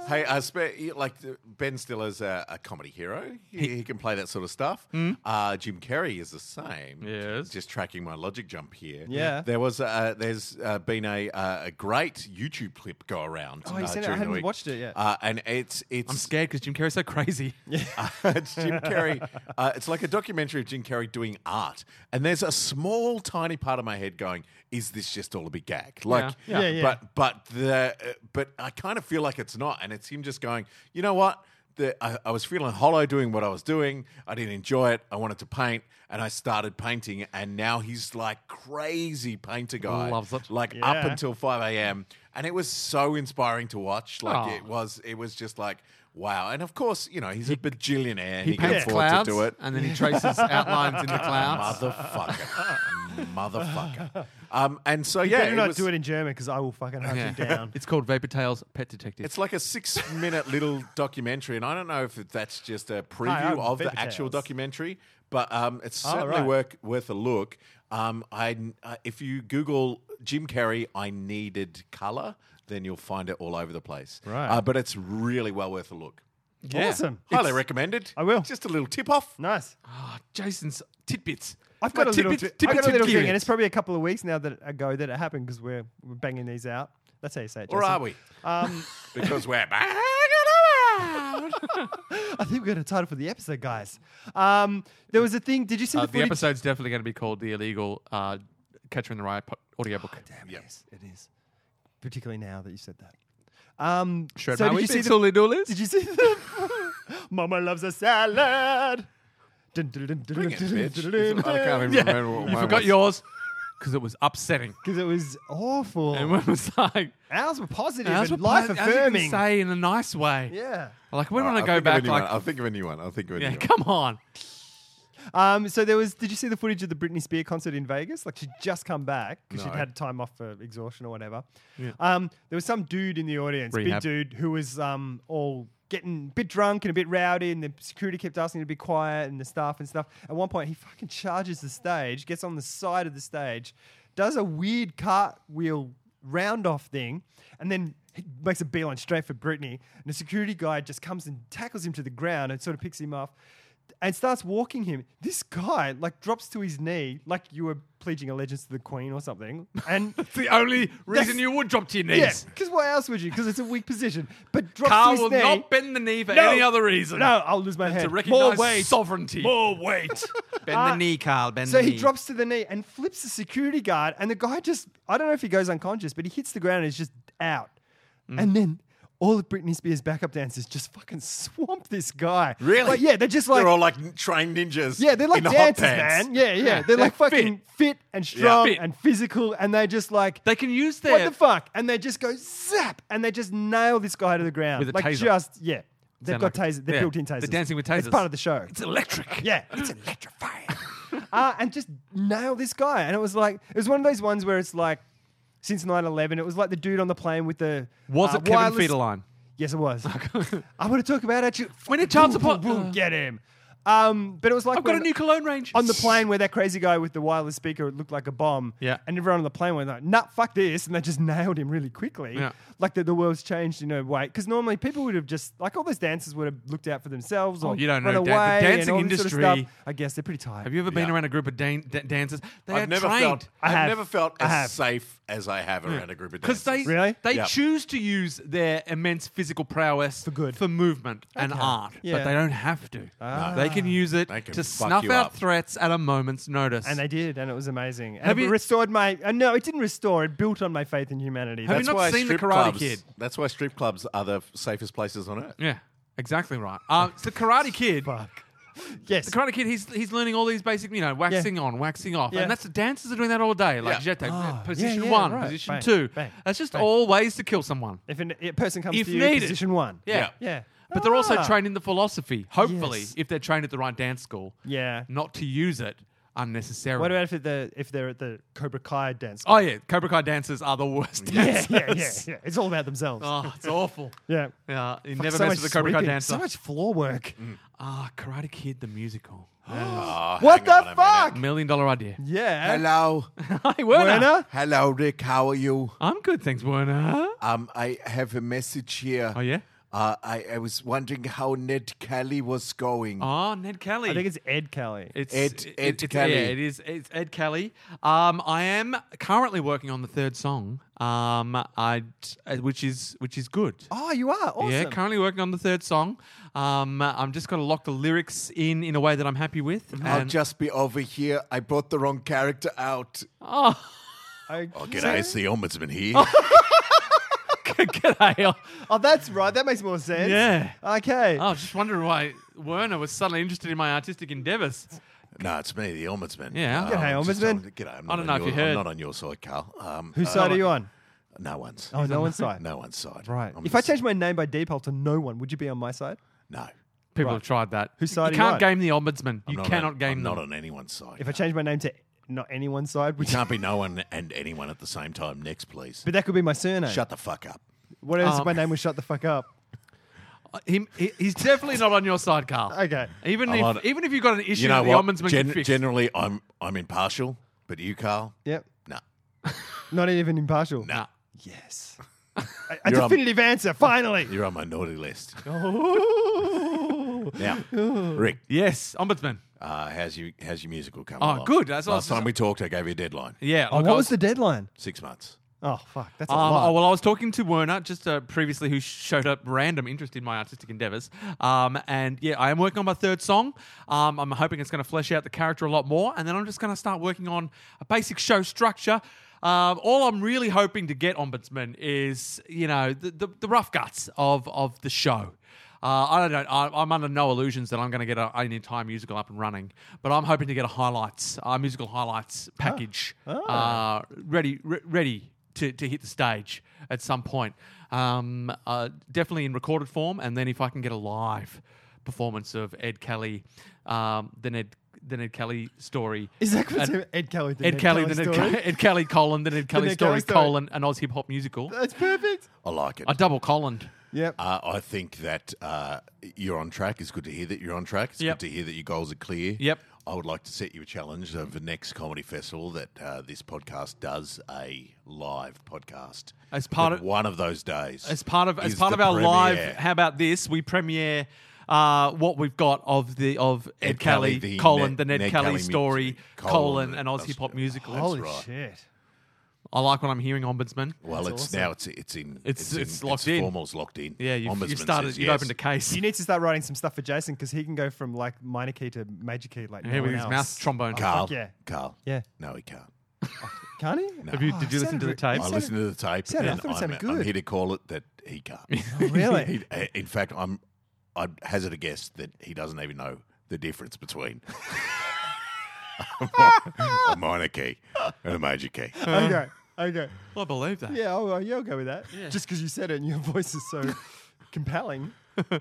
[SPEAKER 1] Hey, uh, spe- you- like uh, Ben Stiller's a, a comedy hero. He, he can play that sort of stuff.
[SPEAKER 4] Hmm?
[SPEAKER 1] Uh, Jim Carrey is the same.
[SPEAKER 3] Yes.
[SPEAKER 1] Just tracking my logic jump here.
[SPEAKER 4] Yeah.
[SPEAKER 1] There was uh, there's uh, been a uh, a great YouTube clip go around.
[SPEAKER 4] Oh, you
[SPEAKER 1] uh,
[SPEAKER 4] said it. I
[SPEAKER 1] during the
[SPEAKER 4] haven't
[SPEAKER 1] week.
[SPEAKER 4] watched it yet.
[SPEAKER 1] Uh, and it's it's
[SPEAKER 3] I'm scared because Jim Carrey's so crazy.
[SPEAKER 1] (laughs) it's Jim Carrey. Uh, it's like a documentary of Jim Carrey doing art. And there's a small, tiny part of my head going, "Is this just all a big gag?" Like,
[SPEAKER 3] Yeah.
[SPEAKER 4] Yeah, yeah.
[SPEAKER 1] but but the uh, but I kind of feel like it's not, and it's him just going, "You know what?" The, I, I was feeling hollow doing what I was doing. I didn't enjoy it. I wanted to paint, and I started painting. And now he's like crazy painter guy,
[SPEAKER 3] Loves it.
[SPEAKER 1] like up
[SPEAKER 4] Yeah.
[SPEAKER 1] until five a.m. And it was so inspiring to watch. Like
[SPEAKER 3] Aw.
[SPEAKER 1] it was, it was just like wow. And of course, you know, he's a bajillionaire. He,
[SPEAKER 3] He
[SPEAKER 1] can
[SPEAKER 3] paints
[SPEAKER 1] afford
[SPEAKER 3] clouds,
[SPEAKER 1] to do it.
[SPEAKER 3] and then he
[SPEAKER 1] (laughs)
[SPEAKER 3] traces outlines in the clouds.
[SPEAKER 1] Motherfucker.
[SPEAKER 3] (laughs)
[SPEAKER 1] Motherfucker. Um, and so,
[SPEAKER 4] You
[SPEAKER 1] yeah.
[SPEAKER 4] better not
[SPEAKER 1] was-
[SPEAKER 4] do it in German because I will fucking hunt
[SPEAKER 3] Yeah.
[SPEAKER 4] him down.
[SPEAKER 3] (laughs) It's called Vapor Tales Pet Detective.
[SPEAKER 1] It's like a six minute little documentary. And I don't know if that's just a
[SPEAKER 4] Hi,
[SPEAKER 1] preview
[SPEAKER 4] I'm
[SPEAKER 1] of the
[SPEAKER 4] Vapor
[SPEAKER 1] actual
[SPEAKER 4] Tales.
[SPEAKER 1] documentary, but um, it's
[SPEAKER 4] Oh,
[SPEAKER 1] certainly
[SPEAKER 4] right.
[SPEAKER 1] work, worth a look. Um, I, uh, if you Google Jim Carrey, I needed color, then you'll find it all over the place.
[SPEAKER 4] Right.
[SPEAKER 1] Uh, but it's really well worth a look.
[SPEAKER 3] Yeah.
[SPEAKER 4] Awesome.
[SPEAKER 1] Highly recommended.
[SPEAKER 4] I will.
[SPEAKER 1] Just a little tip off.
[SPEAKER 4] Nice.
[SPEAKER 3] Ah, Jason's tidbits.
[SPEAKER 4] I've got
[SPEAKER 3] My
[SPEAKER 4] a little,
[SPEAKER 3] tidbits-
[SPEAKER 4] thi- I've got
[SPEAKER 3] tidbits
[SPEAKER 4] a
[SPEAKER 3] of
[SPEAKER 4] little
[SPEAKER 3] gear.
[SPEAKER 4] thing, and
[SPEAKER 3] (laughs)
[SPEAKER 4] it's probably a couple of weeks now that ago that it happened because we're, we're banging these out. That's how you say it.
[SPEAKER 1] Or
[SPEAKER 4] Jason.
[SPEAKER 1] are we?
[SPEAKER 4] Um,
[SPEAKER 1] (laughs) Because we're back.
[SPEAKER 4] Ah,
[SPEAKER 3] Uh,
[SPEAKER 4] I think we got a title for the episode, guys. Um, there was a thing. Did you see
[SPEAKER 3] Uh,
[SPEAKER 4] the
[SPEAKER 3] the
[SPEAKER 4] footage?
[SPEAKER 3] episode's definitely going to be called the illegal uh, Catcher in the Rye po- audiobook.
[SPEAKER 4] Damn,
[SPEAKER 1] Yep.
[SPEAKER 4] yes, it is. Particularly now that you said that. Um,
[SPEAKER 3] Shred
[SPEAKER 4] so
[SPEAKER 3] my
[SPEAKER 4] did you
[SPEAKER 3] whip,
[SPEAKER 4] see
[SPEAKER 3] it's
[SPEAKER 4] the?
[SPEAKER 3] all it all is.
[SPEAKER 4] Did you see the? (laughs) Mama loves a salad. Dun, dun, dun, dun,
[SPEAKER 1] Bring it,
[SPEAKER 4] dun,
[SPEAKER 1] bitch.
[SPEAKER 4] dun,
[SPEAKER 1] You
[SPEAKER 4] (laughs) dun,
[SPEAKER 1] thought- I can't even
[SPEAKER 4] dun. Yeah.
[SPEAKER 1] remember what
[SPEAKER 3] You
[SPEAKER 1] mine
[SPEAKER 3] forgot
[SPEAKER 1] was.
[SPEAKER 3] yours because it was upsetting. (laughs)
[SPEAKER 4] 'Cause it was awful.
[SPEAKER 3] And one was like,
[SPEAKER 4] Ours were positive
[SPEAKER 3] "How's
[SPEAKER 4] and
[SPEAKER 3] what
[SPEAKER 4] life
[SPEAKER 3] pla- how's you gonna
[SPEAKER 4] affirming.
[SPEAKER 3] say in a nice way.
[SPEAKER 4] Yeah.
[SPEAKER 3] Like, we
[SPEAKER 1] All
[SPEAKER 3] want
[SPEAKER 1] right,
[SPEAKER 3] to
[SPEAKER 1] I'll
[SPEAKER 3] go
[SPEAKER 1] think of a
[SPEAKER 3] back
[SPEAKER 1] new
[SPEAKER 3] like,
[SPEAKER 1] one. I'll think of a new one. I'll think of a new
[SPEAKER 3] yeah,
[SPEAKER 1] one.
[SPEAKER 3] come on.
[SPEAKER 4] Um, so there was. Did you see the footage of the Britney Spears concert in Vegas? Like she'd just come back because
[SPEAKER 1] No.
[SPEAKER 4] she'd had time off for exhaustion or whatever. Um, there was some dude in the audience,
[SPEAKER 3] Rehab.
[SPEAKER 4] big dude, who was um, all getting a bit drunk and a bit rowdy, and the security kept asking him to be quiet and the staff and stuff. At one point, he fucking charges the stage, gets on the side of the stage, does a weird cartwheel round off thing, and then. He makes a beeline straight for Britney, and the security guy just comes and tackles him to the ground and sort of picks him up and starts walking him. This guy like drops to his knee, like you were pledging allegiance to the Queen or something. And
[SPEAKER 3] It's the only reason
[SPEAKER 4] That's-
[SPEAKER 3] you would drop to your
[SPEAKER 4] yeah,
[SPEAKER 3] knees.
[SPEAKER 4] because what else would you? Because it's a weak position. But drops
[SPEAKER 3] Carl
[SPEAKER 4] to
[SPEAKER 3] will
[SPEAKER 4] his knee.
[SPEAKER 3] not bend the knee for
[SPEAKER 4] No.
[SPEAKER 3] any other reason.
[SPEAKER 4] no, I'll lose my head.
[SPEAKER 3] To
[SPEAKER 4] More
[SPEAKER 3] recognize
[SPEAKER 4] weight.
[SPEAKER 3] sovereignty.
[SPEAKER 4] More weight.
[SPEAKER 3] (laughs)
[SPEAKER 4] Ah.
[SPEAKER 3] Bend the knee, Carl. Bend
[SPEAKER 4] so he drops to the knee and flips the security guard, and the guy just—I don't know if he goes unconscious, but he hits the ground and is just out.
[SPEAKER 3] Mm.
[SPEAKER 4] And then. All of Britney Spears' backup dancers just fucking swamp this guy.
[SPEAKER 1] Really?
[SPEAKER 4] Like, yeah, they're just like
[SPEAKER 1] they're all like n- trained ninjas.
[SPEAKER 4] Yeah, they're like
[SPEAKER 1] in hot
[SPEAKER 4] dancers,
[SPEAKER 1] pants.
[SPEAKER 4] man. Yeah,
[SPEAKER 3] (laughs)
[SPEAKER 4] yeah,
[SPEAKER 3] They're
[SPEAKER 4] they're like fucking fit, and strong
[SPEAKER 3] Fit.
[SPEAKER 4] and physical, and they just like
[SPEAKER 3] They can use
[SPEAKER 4] what
[SPEAKER 3] their
[SPEAKER 4] the fuck, and they just go zap, and they just nail this guy to the ground
[SPEAKER 3] With a
[SPEAKER 4] like
[SPEAKER 3] taser.
[SPEAKER 4] just yeah. They've
[SPEAKER 3] Sound
[SPEAKER 4] got
[SPEAKER 3] like-
[SPEAKER 4] tasers. They're
[SPEAKER 3] yeah,
[SPEAKER 4] built-in
[SPEAKER 3] they're
[SPEAKER 4] tasers.
[SPEAKER 3] dancing with
[SPEAKER 4] It's
[SPEAKER 3] tasers.
[SPEAKER 4] part of the show.
[SPEAKER 3] (laughs) It's electric.
[SPEAKER 4] yeah, it's
[SPEAKER 3] electrifying.
[SPEAKER 4] (laughs) uh, and just nail this guy. And it was like it was one of those ones where it's like since 9-11, it was like the dude on the plane with the
[SPEAKER 3] Was
[SPEAKER 4] uh,
[SPEAKER 3] it Kevin
[SPEAKER 4] wireless-
[SPEAKER 3] Federline?
[SPEAKER 4] Yes,
[SPEAKER 3] (laughs)
[SPEAKER 4] it was. I want to talk about it.
[SPEAKER 3] When it child
[SPEAKER 4] Boom,
[SPEAKER 3] support-
[SPEAKER 4] boom, boom,
[SPEAKER 3] Uh.
[SPEAKER 4] get him. Um, but it was like
[SPEAKER 3] I've got a
[SPEAKER 4] when-
[SPEAKER 3] new cologne range.
[SPEAKER 4] on the plane where that crazy guy with the wireless speaker looked like a bomb.
[SPEAKER 3] Yeah.
[SPEAKER 4] And everyone on the plane went like, nah, fuck this. And they just (laughs) nailed him really quickly.
[SPEAKER 3] Yeah.
[SPEAKER 4] Like the, the world's changed in a way. Because normally people would have just, like all those dancers would have looked out for themselves or
[SPEAKER 3] Oh, you don't
[SPEAKER 4] run
[SPEAKER 3] know,
[SPEAKER 4] away.
[SPEAKER 3] Dan- the
[SPEAKER 4] and
[SPEAKER 3] dancing
[SPEAKER 4] all this sort of
[SPEAKER 3] industry-
[SPEAKER 4] stuff. I guess they're pretty tired.
[SPEAKER 3] Have you ever been
[SPEAKER 1] Yeah.
[SPEAKER 3] around a group of dan- da- dancers? They
[SPEAKER 1] I've
[SPEAKER 3] are
[SPEAKER 1] never
[SPEAKER 3] trained.
[SPEAKER 1] felt.
[SPEAKER 4] I
[SPEAKER 1] I've
[SPEAKER 4] have.
[SPEAKER 1] never felt
[SPEAKER 4] I
[SPEAKER 1] as
[SPEAKER 4] have.
[SPEAKER 1] safe as I have around a group of
[SPEAKER 3] because
[SPEAKER 1] dancers.
[SPEAKER 3] they
[SPEAKER 4] Really?
[SPEAKER 3] they
[SPEAKER 1] Yeah.
[SPEAKER 3] choose to use their immense physical prowess for
[SPEAKER 4] good.
[SPEAKER 3] for movement and art,
[SPEAKER 4] Yeah.
[SPEAKER 3] but they don't have to.
[SPEAKER 4] Ah.
[SPEAKER 3] They can use it
[SPEAKER 1] They can
[SPEAKER 3] to
[SPEAKER 1] fuck
[SPEAKER 3] snuff
[SPEAKER 1] you
[SPEAKER 3] out
[SPEAKER 1] up.
[SPEAKER 3] threats at a moment's notice.
[SPEAKER 4] And they did, and it was amazing. And
[SPEAKER 3] Have
[SPEAKER 4] it
[SPEAKER 3] you-
[SPEAKER 4] restored my. Uh, no, it didn't restore. It built on my faith in humanity.
[SPEAKER 3] Have you
[SPEAKER 4] That's
[SPEAKER 1] That's
[SPEAKER 3] not
[SPEAKER 1] why
[SPEAKER 3] seen The
[SPEAKER 1] strip
[SPEAKER 3] Karate
[SPEAKER 1] clubs,
[SPEAKER 3] Kid? Mm.
[SPEAKER 1] That's why strip clubs are the f- safest places on earth.
[SPEAKER 3] yeah, exactly right. Um, so Karate Kid.
[SPEAKER 4] fuck. Yes.
[SPEAKER 3] The Karate Kid, he's he's learning all these basic, you know, waxing on, waxing off,
[SPEAKER 4] Yeah.
[SPEAKER 3] and that's the dancers are doing that all day, like
[SPEAKER 1] Yeah.
[SPEAKER 3] jet
[SPEAKER 4] Ah,
[SPEAKER 3] position
[SPEAKER 4] yeah, yeah,
[SPEAKER 3] one,
[SPEAKER 4] right.
[SPEAKER 3] position
[SPEAKER 4] Bang,
[SPEAKER 3] two.
[SPEAKER 4] bang,
[SPEAKER 3] that's just
[SPEAKER 4] bang.
[SPEAKER 3] all ways to kill someone.
[SPEAKER 4] If an- a person comes
[SPEAKER 3] If
[SPEAKER 4] to you,
[SPEAKER 3] needed.
[SPEAKER 4] position one.
[SPEAKER 3] Yeah.
[SPEAKER 4] Yeah.
[SPEAKER 3] But they're also
[SPEAKER 4] Ah.
[SPEAKER 3] trained in the philosophy. Hopefully,
[SPEAKER 4] Yes.
[SPEAKER 3] if they're trained at the right dance school,
[SPEAKER 4] Yeah.
[SPEAKER 3] not to use it unnecessarily.
[SPEAKER 4] What about if they're if they're at the Cobra Kai dance?
[SPEAKER 3] Oh yeah, Cobra Kai dancers are the worst.
[SPEAKER 4] (laughs) yeah,
[SPEAKER 3] Dancers.
[SPEAKER 4] yeah, yeah, yeah. It's all about themselves.
[SPEAKER 3] Oh, it's awful.
[SPEAKER 4] yeah.
[SPEAKER 3] Yeah, you
[SPEAKER 4] Fuck,
[SPEAKER 3] never
[SPEAKER 4] so
[SPEAKER 3] mess
[SPEAKER 4] much
[SPEAKER 3] with a Cobra Kai
[SPEAKER 4] sweeping,
[SPEAKER 3] dancer.
[SPEAKER 4] So much floor work.
[SPEAKER 3] Ah, Karate Kid the
[SPEAKER 4] (gasps)
[SPEAKER 3] musical,
[SPEAKER 1] Oh,
[SPEAKER 4] What
[SPEAKER 1] hang
[SPEAKER 4] the
[SPEAKER 1] on a
[SPEAKER 4] fuck?
[SPEAKER 1] minute.
[SPEAKER 3] million dollar
[SPEAKER 4] (laughs)
[SPEAKER 3] idea.
[SPEAKER 4] Yeah.
[SPEAKER 1] Hello,
[SPEAKER 3] Hi, Werner.
[SPEAKER 4] Werner?
[SPEAKER 1] hello, Rick. How are you?
[SPEAKER 3] I'm good, thanks, Werner.
[SPEAKER 1] Um, I have a message here.
[SPEAKER 3] Oh yeah.
[SPEAKER 1] Uh, I, I was wondering how Ned Kelly was going.
[SPEAKER 3] Oh, Ned Kelly.
[SPEAKER 4] I think it's Ed Kelly.
[SPEAKER 3] It's
[SPEAKER 1] Ed-
[SPEAKER 3] it-
[SPEAKER 1] Ed
[SPEAKER 3] it's-
[SPEAKER 1] Kelly.
[SPEAKER 3] Yeah, it is. It's Ed Kelly. Um, I am currently working on the third song. Um, I which is which is good.
[SPEAKER 4] oh, you are awesome.
[SPEAKER 3] Yeah, currently working on the third song. Um, I'm just going to lock the lyrics in in a way that I'm happy with.
[SPEAKER 1] I'll
[SPEAKER 3] and-
[SPEAKER 1] just be over here. I brought the wrong character out.
[SPEAKER 3] (laughs) oh, (laughs)
[SPEAKER 4] Okay.
[SPEAKER 1] the ombudsman here.
[SPEAKER 3] g'day.
[SPEAKER 4] Oh, that's right. That makes more sense.
[SPEAKER 3] Yeah. Oh.
[SPEAKER 4] Okay.
[SPEAKER 3] I was just wondering why Werner was suddenly interested in my artistic endeavors.
[SPEAKER 1] no, it's me, the ombudsman.
[SPEAKER 3] Yeah. G'day,
[SPEAKER 1] I'm just
[SPEAKER 4] ombudsman.
[SPEAKER 1] on- G'day. I'm not
[SPEAKER 3] I don't
[SPEAKER 1] on
[SPEAKER 3] know if
[SPEAKER 1] your-
[SPEAKER 3] you heard.
[SPEAKER 1] I'm not on your side, Carl. Um,
[SPEAKER 4] Whose
[SPEAKER 1] uh,
[SPEAKER 4] side are you on?
[SPEAKER 1] No one's.
[SPEAKER 4] Oh, no one's
[SPEAKER 1] (laughs)
[SPEAKER 4] side.
[SPEAKER 1] No one's side.
[SPEAKER 4] Right.
[SPEAKER 1] I'm
[SPEAKER 4] if I
[SPEAKER 1] just-
[SPEAKER 4] changed my name by default to no one, would you be on my side?
[SPEAKER 1] no,
[SPEAKER 3] People
[SPEAKER 4] Right.
[SPEAKER 3] have tried that.
[SPEAKER 4] Whose side are
[SPEAKER 3] you
[SPEAKER 4] you
[SPEAKER 3] can't
[SPEAKER 4] on?
[SPEAKER 3] game the ombudsman. you
[SPEAKER 1] not
[SPEAKER 3] cannot
[SPEAKER 1] on,
[SPEAKER 3] game
[SPEAKER 1] I'm
[SPEAKER 3] them.
[SPEAKER 1] not on anyone's side.
[SPEAKER 4] If I changed my name to not anyone's side, would
[SPEAKER 1] (laughs)
[SPEAKER 4] you?
[SPEAKER 1] Can't be no one and anyone at the same time. Next, please.
[SPEAKER 4] But that could be my surname.
[SPEAKER 1] Shut the fuck up.
[SPEAKER 4] What else if
[SPEAKER 3] Um,
[SPEAKER 4] my name was shut the fuck up?
[SPEAKER 3] Uh, Him, he, he's definitely not on your side, Carl.
[SPEAKER 4] Okay.
[SPEAKER 3] Even
[SPEAKER 1] I'm on
[SPEAKER 3] if,
[SPEAKER 1] it.
[SPEAKER 3] even if you've got an issue
[SPEAKER 1] You know
[SPEAKER 3] that the
[SPEAKER 1] what?
[SPEAKER 3] ombudsman
[SPEAKER 1] Gen-
[SPEAKER 3] can fix.
[SPEAKER 1] generally, I'm I'm impartial, but you, Carl,
[SPEAKER 4] Yep.
[SPEAKER 1] no,
[SPEAKER 4] Not even impartial.
[SPEAKER 1] no,
[SPEAKER 4] Yes. A, a
[SPEAKER 1] You're on-
[SPEAKER 4] definitive answer, finally.
[SPEAKER 1] (laughs) you're on my naughty list.
[SPEAKER 4] Oh.
[SPEAKER 1] Now,
[SPEAKER 4] (laughs)
[SPEAKER 1] Rick,
[SPEAKER 3] yes, ombudsman.
[SPEAKER 1] uh, how's you how's your musical coming?
[SPEAKER 3] Oh,
[SPEAKER 1] along?
[SPEAKER 3] good. That's what I
[SPEAKER 1] Last
[SPEAKER 3] was-
[SPEAKER 1] time we talked, I gave you a deadline.
[SPEAKER 3] Yeah.
[SPEAKER 4] Oh,
[SPEAKER 3] look, I
[SPEAKER 4] what was the deadline?
[SPEAKER 1] Six months.
[SPEAKER 4] Oh, fuck. That's a
[SPEAKER 3] Um,
[SPEAKER 4] lot.
[SPEAKER 3] oh, well, I was talking to Werner just uh, previously, who showed up random interest in my artistic endeavors. Um, and yeah, I am working on my third song. Um, I'm hoping it's going to flesh out the character a lot more. And then I'm just going to start working on a basic show structure. Um, all I'm really hoping to get, Ombudsman, is you know the, the, the rough guts of of the show. Uh, I don't know. I, I'm under no illusions that I'm going to get a, an entire musical up and running, but I'm hoping to get a highlights, a musical highlights
[SPEAKER 4] Ah.
[SPEAKER 3] package, Uh, ready, re- ready to, to hit the stage at some point. Um, uh, definitely in recorded form, and then if I can get a live performance of Ed Kelly, um, the Ned the Ned Kelly story.
[SPEAKER 4] Is that what's
[SPEAKER 3] and-
[SPEAKER 4] him- Ed Kelly? The
[SPEAKER 3] Ed Kelly, the Ned,
[SPEAKER 4] story?
[SPEAKER 3] Kelly- Ed Kelly colon, the Ned Kelly
[SPEAKER 4] Ned
[SPEAKER 3] story
[SPEAKER 4] Kelly story.
[SPEAKER 3] colon, an Oz hip hop musical.
[SPEAKER 4] (laughs) That's perfect.
[SPEAKER 1] I like it.
[SPEAKER 3] I double coloned.
[SPEAKER 4] Yep.
[SPEAKER 3] Ah,
[SPEAKER 1] Uh, I think that uh, you're on track. It's good to hear that you're on track. It's
[SPEAKER 3] Yep.
[SPEAKER 1] good to hear that your goals are clear.
[SPEAKER 3] Yep.
[SPEAKER 1] I would like to set you a challenge of the next comedy festival that uh, this podcast does a live podcast
[SPEAKER 3] As part
[SPEAKER 1] That
[SPEAKER 3] of-
[SPEAKER 1] one of those days.
[SPEAKER 3] as part of as
[SPEAKER 1] is
[SPEAKER 3] part
[SPEAKER 1] the
[SPEAKER 3] of our live.
[SPEAKER 1] premiere.
[SPEAKER 3] How about this? We premiere uh, what we've got of the of Ed,
[SPEAKER 1] Ed
[SPEAKER 3] Kelly,
[SPEAKER 1] Kelly, the
[SPEAKER 3] colon
[SPEAKER 1] Ned-
[SPEAKER 3] the Ned,
[SPEAKER 1] Ned
[SPEAKER 3] Kelly,
[SPEAKER 1] Kelly
[SPEAKER 3] story
[SPEAKER 1] music,
[SPEAKER 3] colon,
[SPEAKER 1] colon,
[SPEAKER 3] an Oz
[SPEAKER 1] that's-
[SPEAKER 3] hip hop musical.
[SPEAKER 1] that's
[SPEAKER 4] Holy
[SPEAKER 1] right.
[SPEAKER 4] shit.
[SPEAKER 3] I like what I'm hearing, Ombudsman.
[SPEAKER 1] well, it's
[SPEAKER 4] awesome.
[SPEAKER 1] now it's it's in
[SPEAKER 3] It's-
[SPEAKER 1] in,
[SPEAKER 3] it's locked in.
[SPEAKER 1] Formal's locked in.
[SPEAKER 3] Yeah, you've,
[SPEAKER 1] Ombudsman
[SPEAKER 3] you've started.
[SPEAKER 1] says
[SPEAKER 3] you've
[SPEAKER 1] yes.
[SPEAKER 3] opened a case.
[SPEAKER 4] You need to start writing some stuff for Jason because he can go from like minor key to major key like
[SPEAKER 3] Yeah,
[SPEAKER 4] no
[SPEAKER 3] with
[SPEAKER 4] one
[SPEAKER 3] his
[SPEAKER 4] else.
[SPEAKER 3] mouth trombone.
[SPEAKER 1] Carl.
[SPEAKER 4] Oh, Fuck yeah.
[SPEAKER 1] Carl.
[SPEAKER 4] Yeah.
[SPEAKER 1] No, he can't.
[SPEAKER 4] Can he?
[SPEAKER 1] No.
[SPEAKER 3] Have you, did you
[SPEAKER 4] it
[SPEAKER 3] listen to the
[SPEAKER 4] sounded re-
[SPEAKER 3] tape?
[SPEAKER 1] I
[SPEAKER 4] sounded-
[SPEAKER 1] listened to the tape,
[SPEAKER 4] sounded- I
[SPEAKER 1] and
[SPEAKER 4] thought it
[SPEAKER 1] I'm,
[SPEAKER 4] sounded
[SPEAKER 1] I'm
[SPEAKER 4] good. Oh,
[SPEAKER 1] here to call it that he
[SPEAKER 4] (laughs)
[SPEAKER 1] can't. (laughs)
[SPEAKER 4] Really?
[SPEAKER 1] He- uh, in fact, I'm. I'd hazard a guess that he doesn't even know the difference between (laughs) a minor key and a major key.
[SPEAKER 3] Uh,
[SPEAKER 4] okay. Okay.
[SPEAKER 3] I believe that.
[SPEAKER 4] Yeah, I'll, uh, yeah, I'll go with that. Just because you said it and your (laughs) voice is so
[SPEAKER 3] (laughs)
[SPEAKER 4] compelling.
[SPEAKER 3] Um,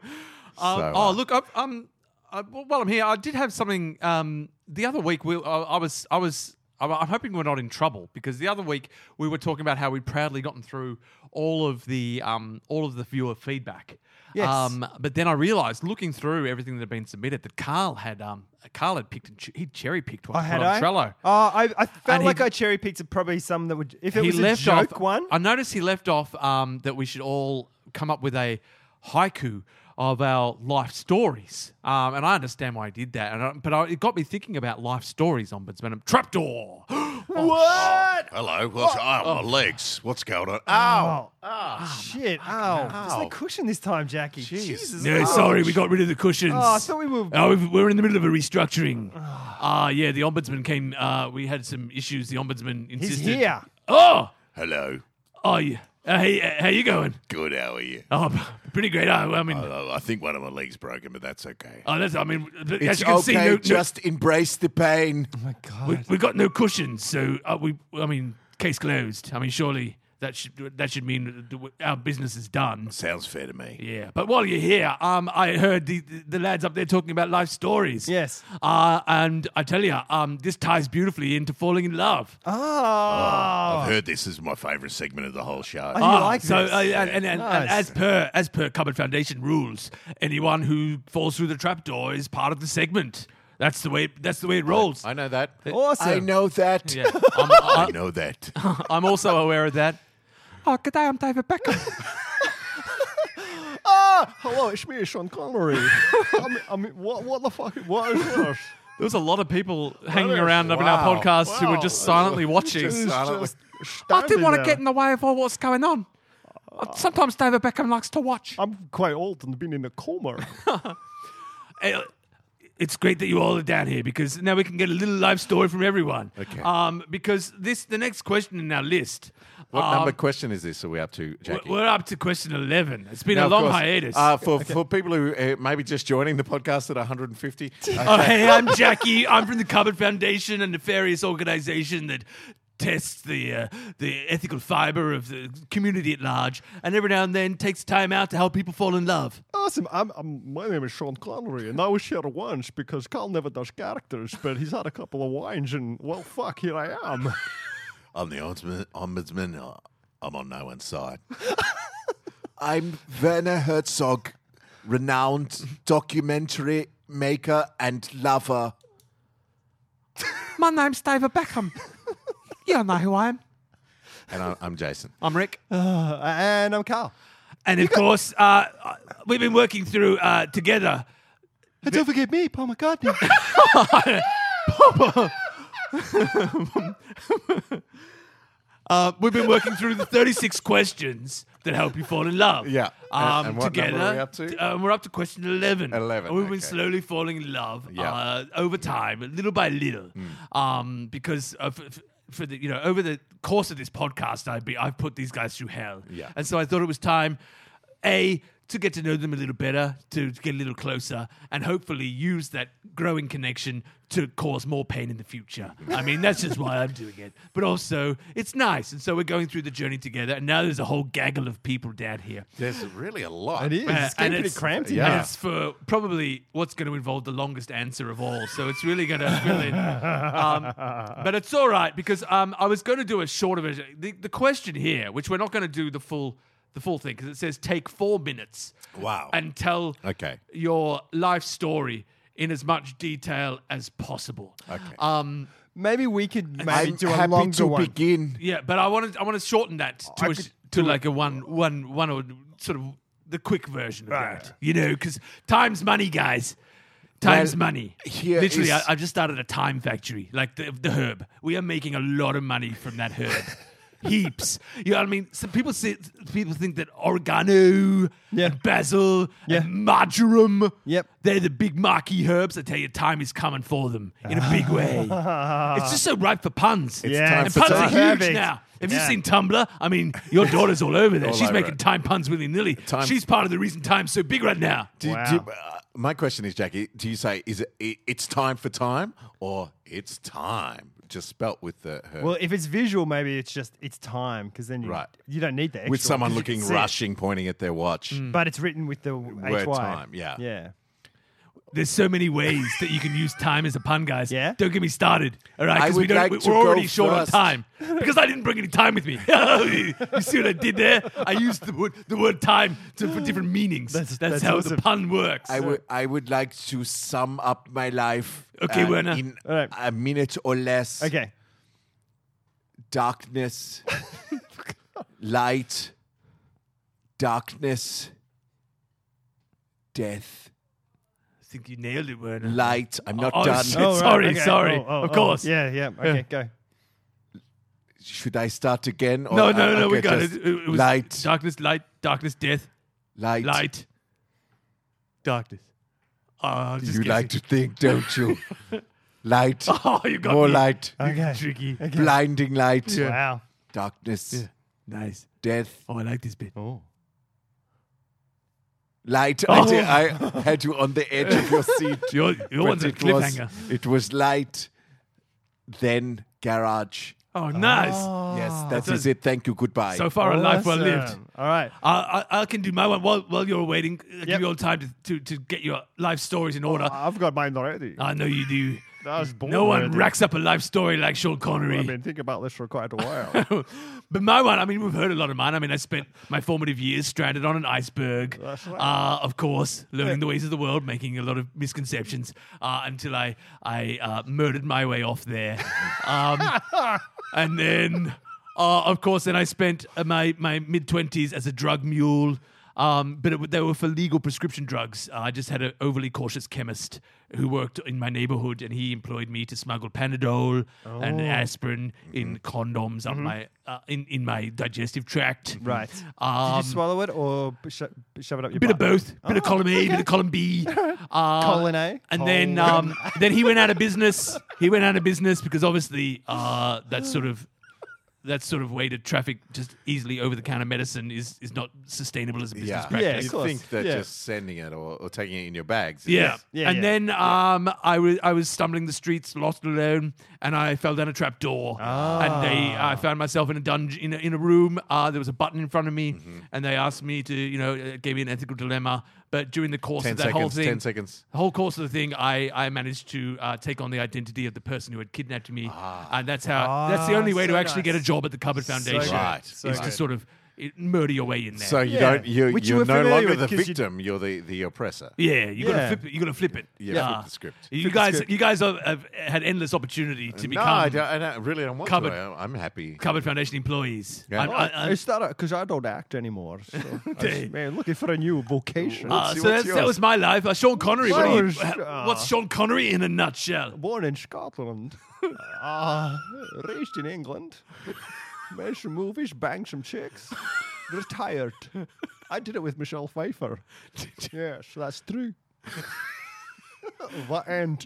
[SPEAKER 1] So,
[SPEAKER 3] oh,
[SPEAKER 1] uh,
[SPEAKER 3] look, I, um, I, well, while I'm here, I did have something. Um, the other week, we, I, I was, I was, I'm, I'm hoping we're not in trouble because the other week we were talking about how we'd proudly gotten through all of the, um, all of the viewer feedback.
[SPEAKER 4] Yes.
[SPEAKER 3] Um, but then I realised, looking through everything that had been submitted, that Carl had, um, Carl had picked, and ch- he cherry picked one
[SPEAKER 4] Oh, had
[SPEAKER 3] on
[SPEAKER 4] I?
[SPEAKER 3] Trello.
[SPEAKER 4] Oh, I, I felt
[SPEAKER 3] And he-
[SPEAKER 4] like I cherry picked probably some that would. If it
[SPEAKER 3] he
[SPEAKER 4] was
[SPEAKER 3] left
[SPEAKER 4] a joke
[SPEAKER 3] off
[SPEAKER 4] one,
[SPEAKER 3] I noticed he left off um, that we should all come up with a haiku of our life stories. Um, and I understand why he did that. And I, but I, it got me thinking about life stories, Ombudsman. (gasps) Trapdoor! what?
[SPEAKER 1] Hello. What's, oh, my legs. What's going on?
[SPEAKER 4] Oh,
[SPEAKER 1] Ow.
[SPEAKER 6] Oh.
[SPEAKER 4] Shit. Ow. It's
[SPEAKER 1] Ow.
[SPEAKER 4] the cushion this time, Jackie. Jesus.
[SPEAKER 3] No, sorry, we got rid of the cushions.
[SPEAKER 4] Oh, I thought we were.
[SPEAKER 3] Oh, we've- we're in the middle of a restructuring. Ah, yeah, the ombudsman came. Uh, we had some issues. The ombudsman
[SPEAKER 4] He's
[SPEAKER 3] insisted.
[SPEAKER 4] here.
[SPEAKER 3] Oh,
[SPEAKER 1] Hello.
[SPEAKER 3] oh, yeah. Uh, hey, uh, how you going?
[SPEAKER 1] Good. How are you?
[SPEAKER 3] Oh, (laughs) p- pretty great. Oh, I mean,
[SPEAKER 1] Uh, I think one of my legs broken, but that's okay.
[SPEAKER 3] oh, that's. I mean, as
[SPEAKER 1] It's
[SPEAKER 3] you can
[SPEAKER 1] okay.
[SPEAKER 3] see, no, no-
[SPEAKER 1] just embrace the pain.
[SPEAKER 4] Oh my God.
[SPEAKER 3] we, we got no cushions, so uh, we. I mean, case closed. I mean, surely that should that should mean that w- our business is done.
[SPEAKER 1] Sounds fair to me.
[SPEAKER 3] Yeah, but while you're here, um, I heard the, the lads up there talking about life stories.
[SPEAKER 4] Yes.
[SPEAKER 3] Uh, and I tell you, um, this ties beautifully into falling in love.
[SPEAKER 4] Oh.
[SPEAKER 1] I've heard this is my favourite segment of the whole show.
[SPEAKER 4] I- you like
[SPEAKER 3] so
[SPEAKER 4] this?
[SPEAKER 3] uh, and, and, and, and
[SPEAKER 4] Nice.
[SPEAKER 3] as per as per Cupboard Foundation rules, anyone who falls through the trapdoor is part of the segment. That's the way. That's the way it rolls.
[SPEAKER 1] I know that.
[SPEAKER 4] Awesome.
[SPEAKER 1] I know that.
[SPEAKER 3] yeah, I'm, (laughs) I,
[SPEAKER 1] I know that.
[SPEAKER 3] I'm also aware of that. Oh, good day. I'm David Beckham.
[SPEAKER 6] Hello, it's me, Sean Connery. I mean, I mean what, what the fuck? What is this?
[SPEAKER 3] There was a lot of people hanging
[SPEAKER 6] is-
[SPEAKER 3] around up in our
[SPEAKER 1] wow,
[SPEAKER 3] podcast who were
[SPEAKER 6] wow.
[SPEAKER 3] just silently watching.
[SPEAKER 1] Just silently-
[SPEAKER 6] I
[SPEAKER 3] the way of all what's going on. Uh, Sometimes David Beckham likes to watch.
[SPEAKER 6] I'm quite old and been in a coma.
[SPEAKER 3] Uh, It's great that you all are down here because now we can get a little life story from everyone. Okay. Um, because this the next question in our list.
[SPEAKER 1] (laughs) what
[SPEAKER 3] um,
[SPEAKER 1] number question is this? Are we up to, Jackie?
[SPEAKER 3] We're up to question eleven. It's been
[SPEAKER 1] Now,
[SPEAKER 3] a
[SPEAKER 1] of
[SPEAKER 3] long
[SPEAKER 1] course,
[SPEAKER 3] hiatus.
[SPEAKER 1] Uh, for,
[SPEAKER 3] (laughs)
[SPEAKER 1] for people who uh, may be just joining the podcast at
[SPEAKER 3] (laughs)
[SPEAKER 1] 150, uh,
[SPEAKER 3] oh, hey, I'm Jackie. I'm from the Cupboard Foundation, a nefarious organization that tests the uh, the ethical fiber of the community at large, and every now and then takes time out to help people fall in love.
[SPEAKER 6] Awesome. I'm, I'm, my name is Sean Connery, and I was here once because Carl never does characters, but he's had a couple of wines, and well, fuck, here I am.
[SPEAKER 1] I'm the ombudsman. ombudsman. uh, I'm on no one's side. (laughs) I'm Werner Herzog, renowned documentary maker and lover.
[SPEAKER 3] (laughs) My name's David
[SPEAKER 1] (laughs)
[SPEAKER 3] Beckham. you don't know who I am.
[SPEAKER 1] And I'm, I'm Jason.
[SPEAKER 3] I'm Rick.
[SPEAKER 4] Uh, and I'm Carl.
[SPEAKER 3] And of course, uh, we've been working through uh, together.
[SPEAKER 4] And don't forget me, Paul McCartney.
[SPEAKER 3] Uh, we've been working through the 36 (laughs) questions that help you fall in love.
[SPEAKER 1] Yeah.
[SPEAKER 3] Um,
[SPEAKER 1] And- and what
[SPEAKER 3] together.
[SPEAKER 1] number are we up to?
[SPEAKER 3] Um, we're up to question 11.
[SPEAKER 1] 11,
[SPEAKER 3] And we've been
[SPEAKER 1] okay.
[SPEAKER 3] slowly falling in love
[SPEAKER 1] Yeah.
[SPEAKER 3] uh, over time, little by little. Um, because of. f- For the you know over the course of this podcast, I've be, I've put these guys through hell,
[SPEAKER 1] Yeah.
[SPEAKER 3] and so I thought it was time, a to get to know them a little better, to get a little closer, and hopefully use that growing connection to cause more pain in the future. I mean, that's just why I'm doing it. But also, it's nice, and so we're going through the journey together. And now there's a whole gaggle of people down here.
[SPEAKER 1] There's really a lot.
[SPEAKER 4] it is.
[SPEAKER 3] Uh,
[SPEAKER 4] It's getting pretty cramped in
[SPEAKER 1] yeah.
[SPEAKER 3] and it's for probably what's going to involve the longest answer of all. So it's really going to fill in. Um, but it's all right because um, I was going to do a shorter version. The, the question here, which we're not going to do the full the full thing, because it says take four minutes.
[SPEAKER 1] Wow.
[SPEAKER 3] And tell
[SPEAKER 1] Okay.
[SPEAKER 3] your life story in as much detail as possible.
[SPEAKER 1] Okay.
[SPEAKER 3] Um,
[SPEAKER 4] Maybe we could maybe
[SPEAKER 1] I'm
[SPEAKER 4] do a
[SPEAKER 1] happy
[SPEAKER 4] longer
[SPEAKER 1] to
[SPEAKER 4] one.
[SPEAKER 1] begin.
[SPEAKER 3] yeah, but I want to I want to shorten that to, a sh- to like a one one one or sort of the quick version of that. You know, because time's money, guys. Time's
[SPEAKER 1] Well,
[SPEAKER 3] money.
[SPEAKER 1] here
[SPEAKER 3] Literally, I,
[SPEAKER 1] is-
[SPEAKER 3] I've just started a time factory, like the, the herb. We are making a lot of money from that herb. Heaps. You know what I mean? Some people say, people think that oregano
[SPEAKER 4] Yeah.
[SPEAKER 3] and basil
[SPEAKER 4] Yeah.
[SPEAKER 3] and marjoram,
[SPEAKER 4] Yep.
[SPEAKER 3] they're the big marquee herbs. I tell you, time is coming for them in a big way. it's just so ripe for puns.
[SPEAKER 1] It's
[SPEAKER 4] Yeah,
[SPEAKER 1] time
[SPEAKER 3] And
[SPEAKER 1] for
[SPEAKER 3] puns
[SPEAKER 1] time.
[SPEAKER 3] are huge
[SPEAKER 4] Perfect.
[SPEAKER 3] now. Have you
[SPEAKER 4] Yeah.
[SPEAKER 3] seen Tumblr? I mean, your daughter's all over there.
[SPEAKER 1] All
[SPEAKER 3] She's
[SPEAKER 1] over
[SPEAKER 3] making
[SPEAKER 1] it.
[SPEAKER 3] time puns willy nilly.
[SPEAKER 1] Time-
[SPEAKER 3] She's part of the reason time's so big right now.
[SPEAKER 1] Do,
[SPEAKER 4] Wow.
[SPEAKER 1] do- uh, my question is, Jackie, do you say is it, it it's time for time or it's time? Just spelt with the her.
[SPEAKER 4] Well, if it's visual, maybe it's just it's time because then you,
[SPEAKER 1] Right.
[SPEAKER 4] you don't need the extra
[SPEAKER 1] with
[SPEAKER 4] one,
[SPEAKER 1] someone
[SPEAKER 4] 'cause you can
[SPEAKER 1] looking
[SPEAKER 4] see it. Mm.
[SPEAKER 1] rushing, pointing at their watch.
[SPEAKER 4] but it's written with the word
[SPEAKER 1] time, yeah.
[SPEAKER 4] yeah.
[SPEAKER 3] There's so many ways that you can use time as a pun, guys.
[SPEAKER 4] Yeah?
[SPEAKER 3] Don't get me started. All right,
[SPEAKER 1] I
[SPEAKER 3] because we
[SPEAKER 1] would
[SPEAKER 3] don't,
[SPEAKER 1] like
[SPEAKER 3] we-
[SPEAKER 1] to
[SPEAKER 3] we're already
[SPEAKER 1] go
[SPEAKER 3] short
[SPEAKER 1] first.
[SPEAKER 3] on time because I didn't bring any time with me. (laughs) you see what I did there? I used the word, the word time to, for different meanings. That's,
[SPEAKER 4] That's- that's
[SPEAKER 3] how
[SPEAKER 4] awesome.
[SPEAKER 3] the pun works.
[SPEAKER 1] I would I would like to sum up my life. uh,
[SPEAKER 3] Okay, Werner.
[SPEAKER 1] In
[SPEAKER 4] All right.
[SPEAKER 1] a minute or less.
[SPEAKER 4] Okay. (laughs)
[SPEAKER 1] Darkness, light, darkness, death,
[SPEAKER 3] I think you nailed it, Werner.
[SPEAKER 1] light. I'm not
[SPEAKER 3] Oh,
[SPEAKER 1] done.
[SPEAKER 3] shit. (laughs) Sorry, sorry.
[SPEAKER 4] Oh,
[SPEAKER 3] Of course.
[SPEAKER 7] Yeah, yeah. Okay, go.
[SPEAKER 1] Should I start again? Or
[SPEAKER 3] No, no, no,
[SPEAKER 1] okay,
[SPEAKER 3] we got it.
[SPEAKER 1] just
[SPEAKER 3] It, it was
[SPEAKER 1] light,
[SPEAKER 3] darkness, light, darkness, death,
[SPEAKER 1] light,
[SPEAKER 3] light, darkness. Oh, I'm just
[SPEAKER 1] You like to
[SPEAKER 3] (laughs) guessing.
[SPEAKER 1] think, don't you? light,
[SPEAKER 3] Oh, you got
[SPEAKER 1] more
[SPEAKER 3] me.
[SPEAKER 1] light,
[SPEAKER 7] Okay.
[SPEAKER 3] Tricky.
[SPEAKER 1] blinding light,
[SPEAKER 7] Wow.
[SPEAKER 1] darkness,
[SPEAKER 3] Yeah. Nice.
[SPEAKER 1] death,
[SPEAKER 3] Oh, I like this bit.
[SPEAKER 7] Oh.
[SPEAKER 1] light.
[SPEAKER 3] Oh.
[SPEAKER 1] I, did- I had you on the edge of your
[SPEAKER 3] (laughs)
[SPEAKER 1] seat.
[SPEAKER 3] Your, your
[SPEAKER 1] but
[SPEAKER 3] one's a
[SPEAKER 1] it was,
[SPEAKER 3] cliffhanger.
[SPEAKER 1] it was light, then garage.
[SPEAKER 3] Oh, nice.
[SPEAKER 1] Yes, that
[SPEAKER 3] That's
[SPEAKER 1] is it. Thank you. Goodbye.
[SPEAKER 3] So far, a life well
[SPEAKER 7] Awesome.
[SPEAKER 3] lived.
[SPEAKER 7] All right.
[SPEAKER 3] I, I, I can do my one while, while you're waiting. Uh, Give
[SPEAKER 7] Yep.
[SPEAKER 3] you all time to, to, to get your life stories in
[SPEAKER 1] Ah.
[SPEAKER 3] order.
[SPEAKER 4] I've got mine already.
[SPEAKER 3] I know you do.
[SPEAKER 4] That was boring.
[SPEAKER 3] No one
[SPEAKER 4] already.
[SPEAKER 3] racks up a life story like Sean Connery.
[SPEAKER 4] I mean, think about this
[SPEAKER 3] (laughs)
[SPEAKER 4] for quite a while.
[SPEAKER 3] but my one, I mean, we've heard a lot of mine. I mean, I spent my formative years stranded on an iceberg. Uh, of course, learning the ways of the world, making a lot of misconceptions uh, until I, I uh, murdered my way off there. Um, and then, uh, of course, then I spent uh, my, my mid 20s as a drug mule. Um, but it, w- they were for legal prescription drugs. Uh, I just had an overly cautious chemist who worked in my neighborhood, and he employed me to smuggle Panadol and
[SPEAKER 7] Oh.
[SPEAKER 3] aspirin
[SPEAKER 7] Mm-hmm.
[SPEAKER 3] in condoms up my uh, in in my digestive tract.
[SPEAKER 7] Right. Did
[SPEAKER 3] Um,
[SPEAKER 7] you swallow it or sho- shove it up your
[SPEAKER 3] a bit of
[SPEAKER 7] butt?
[SPEAKER 3] both, bit
[SPEAKER 4] Ah.
[SPEAKER 3] of column A, bit of column
[SPEAKER 7] (laughs)
[SPEAKER 3] B, uh,
[SPEAKER 7] Colon A?
[SPEAKER 1] Oh,
[SPEAKER 3] and then um, then he went out of business. He went out of business because obviously uh, that sort of that sort of way to traffic just easily over the counter medicine is is not sustainable as a business
[SPEAKER 1] yeah,
[SPEAKER 3] practice.
[SPEAKER 7] Yeah, of
[SPEAKER 1] you
[SPEAKER 7] course.
[SPEAKER 1] think that
[SPEAKER 7] Yeah.
[SPEAKER 1] just sending it or, or taking it in your bags. is-
[SPEAKER 3] Yeah.
[SPEAKER 7] Yeah,
[SPEAKER 3] and
[SPEAKER 7] yeah.
[SPEAKER 3] then um, I was I was stumbling the streets, lost and alone, and I fell down a trap door.
[SPEAKER 7] Ah.
[SPEAKER 3] And they, I found myself in a dungeon in a, in a room. Uh, there was a button in front of me,
[SPEAKER 7] Mm-hmm.
[SPEAKER 3] and they asked me to, you know, it gave me an ethical dilemma. But during the course
[SPEAKER 1] Ten
[SPEAKER 3] of that
[SPEAKER 1] seconds.
[SPEAKER 3] whole thing,
[SPEAKER 1] Ten seconds.
[SPEAKER 3] the whole course of the thing, I, I managed to uh, take on the identity of the person who had kidnapped me,
[SPEAKER 1] Ah.
[SPEAKER 3] and that's how that's the
[SPEAKER 7] Ah,
[SPEAKER 3] only way to
[SPEAKER 7] so
[SPEAKER 3] actually get a
[SPEAKER 7] nice.
[SPEAKER 3] job at the Cupboard Foundation
[SPEAKER 7] good.
[SPEAKER 1] Right.
[SPEAKER 7] So
[SPEAKER 3] is to
[SPEAKER 7] good.
[SPEAKER 3] sort of eh, murder your way in there.
[SPEAKER 1] So you
[SPEAKER 7] Yeah.
[SPEAKER 1] don't. You,
[SPEAKER 7] Which you were
[SPEAKER 1] you're no
[SPEAKER 7] familiar
[SPEAKER 1] longer
[SPEAKER 7] with
[SPEAKER 1] the
[SPEAKER 7] 'cause you-
[SPEAKER 1] victim. You're the the oppressor.
[SPEAKER 3] Yeah, you gotta
[SPEAKER 7] Yeah.
[SPEAKER 3] flip. It. You gotta flip it.
[SPEAKER 1] Yeah, flip the script.
[SPEAKER 3] You
[SPEAKER 7] Flip the
[SPEAKER 3] guys,
[SPEAKER 7] script.
[SPEAKER 3] you guys have, have had endless opportunity to
[SPEAKER 1] no, I,
[SPEAKER 3] become
[SPEAKER 1] don't, I don't, really don't want
[SPEAKER 3] Cupboard.
[SPEAKER 1] to. I, I'm happy.
[SPEAKER 3] Cupboard Foundation employees.
[SPEAKER 1] Yeah.
[SPEAKER 3] I'm- I- I'm-
[SPEAKER 4] Is that because I don't act anymore? So
[SPEAKER 3] (laughs) Dang.
[SPEAKER 4] I'm man, looking for a new vocation.
[SPEAKER 3] uh,
[SPEAKER 1] see
[SPEAKER 3] so
[SPEAKER 1] what's
[SPEAKER 3] that's, that
[SPEAKER 1] yours.
[SPEAKER 3] was my life. Uh, Sean Connery. What are you,
[SPEAKER 4] Yours, uh,
[SPEAKER 3] what's Sean Connery in a nutshell?
[SPEAKER 4] Born
[SPEAKER 3] (laughs)
[SPEAKER 4] in Scotland, uh, raised in England, made some movies, banged some chicks, retired. I did it with Michelle Pfeiffer. Yes, that's (laughs) true. the end.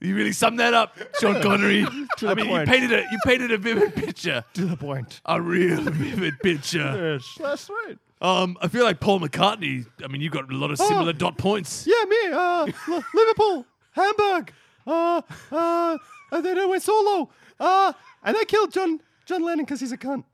[SPEAKER 3] You really sum that up,
[SPEAKER 7] (laughs)
[SPEAKER 3] Sean Connery.
[SPEAKER 4] To
[SPEAKER 3] I
[SPEAKER 4] the
[SPEAKER 3] mean,
[SPEAKER 4] point.
[SPEAKER 3] you painted a you painted a vivid picture,
[SPEAKER 4] To the point.
[SPEAKER 3] a real (laughs) vivid picture.
[SPEAKER 4] Yes, that's right.
[SPEAKER 3] Um, I feel like Paul McCartney. I mean, you got a lot of similar
[SPEAKER 4] (gasps) Oh.
[SPEAKER 3] dot points.
[SPEAKER 4] Yeah, me. Uh, L- Liverpool, Hamburg. Uh, uh, and then I went solo. Uh, and I killed John John Lennon because he's a cunt.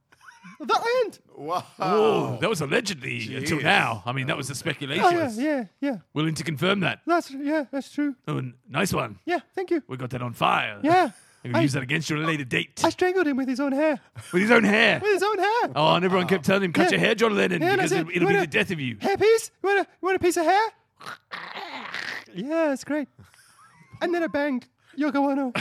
[SPEAKER 4] The end.
[SPEAKER 1] Wow.
[SPEAKER 3] Oh, that was allegedly until
[SPEAKER 1] Jeez.
[SPEAKER 3] now. I mean, that was the speculation.
[SPEAKER 4] Oh, yeah, yeah, yeah.
[SPEAKER 3] Willing to confirm that.
[SPEAKER 4] That's yeah, that's true.
[SPEAKER 3] Oh, n- nice one.
[SPEAKER 4] Yeah, thank you.
[SPEAKER 3] We got that on fire.
[SPEAKER 4] Yeah.
[SPEAKER 3] (laughs) I'm gonna
[SPEAKER 4] I-
[SPEAKER 3] use that against you at a later date
[SPEAKER 4] I strangled him with his own hair.
[SPEAKER 3] with his own hair.
[SPEAKER 4] With his own hair.
[SPEAKER 3] Oh, and everyone kept telling him, "Cut
[SPEAKER 4] Yeah.
[SPEAKER 3] your hair, John Lennon,
[SPEAKER 4] Yeah, and I
[SPEAKER 3] because
[SPEAKER 4] said,
[SPEAKER 3] it'll, it'll
[SPEAKER 4] "Why
[SPEAKER 3] be the
[SPEAKER 4] not?"
[SPEAKER 3] death of
[SPEAKER 4] (laughs)
[SPEAKER 3] you."
[SPEAKER 4] Hair piece? You want a you want a piece of hair? Yeah, it's great. And then I banged
[SPEAKER 3] (laughs)
[SPEAKER 4] Yoko Ono.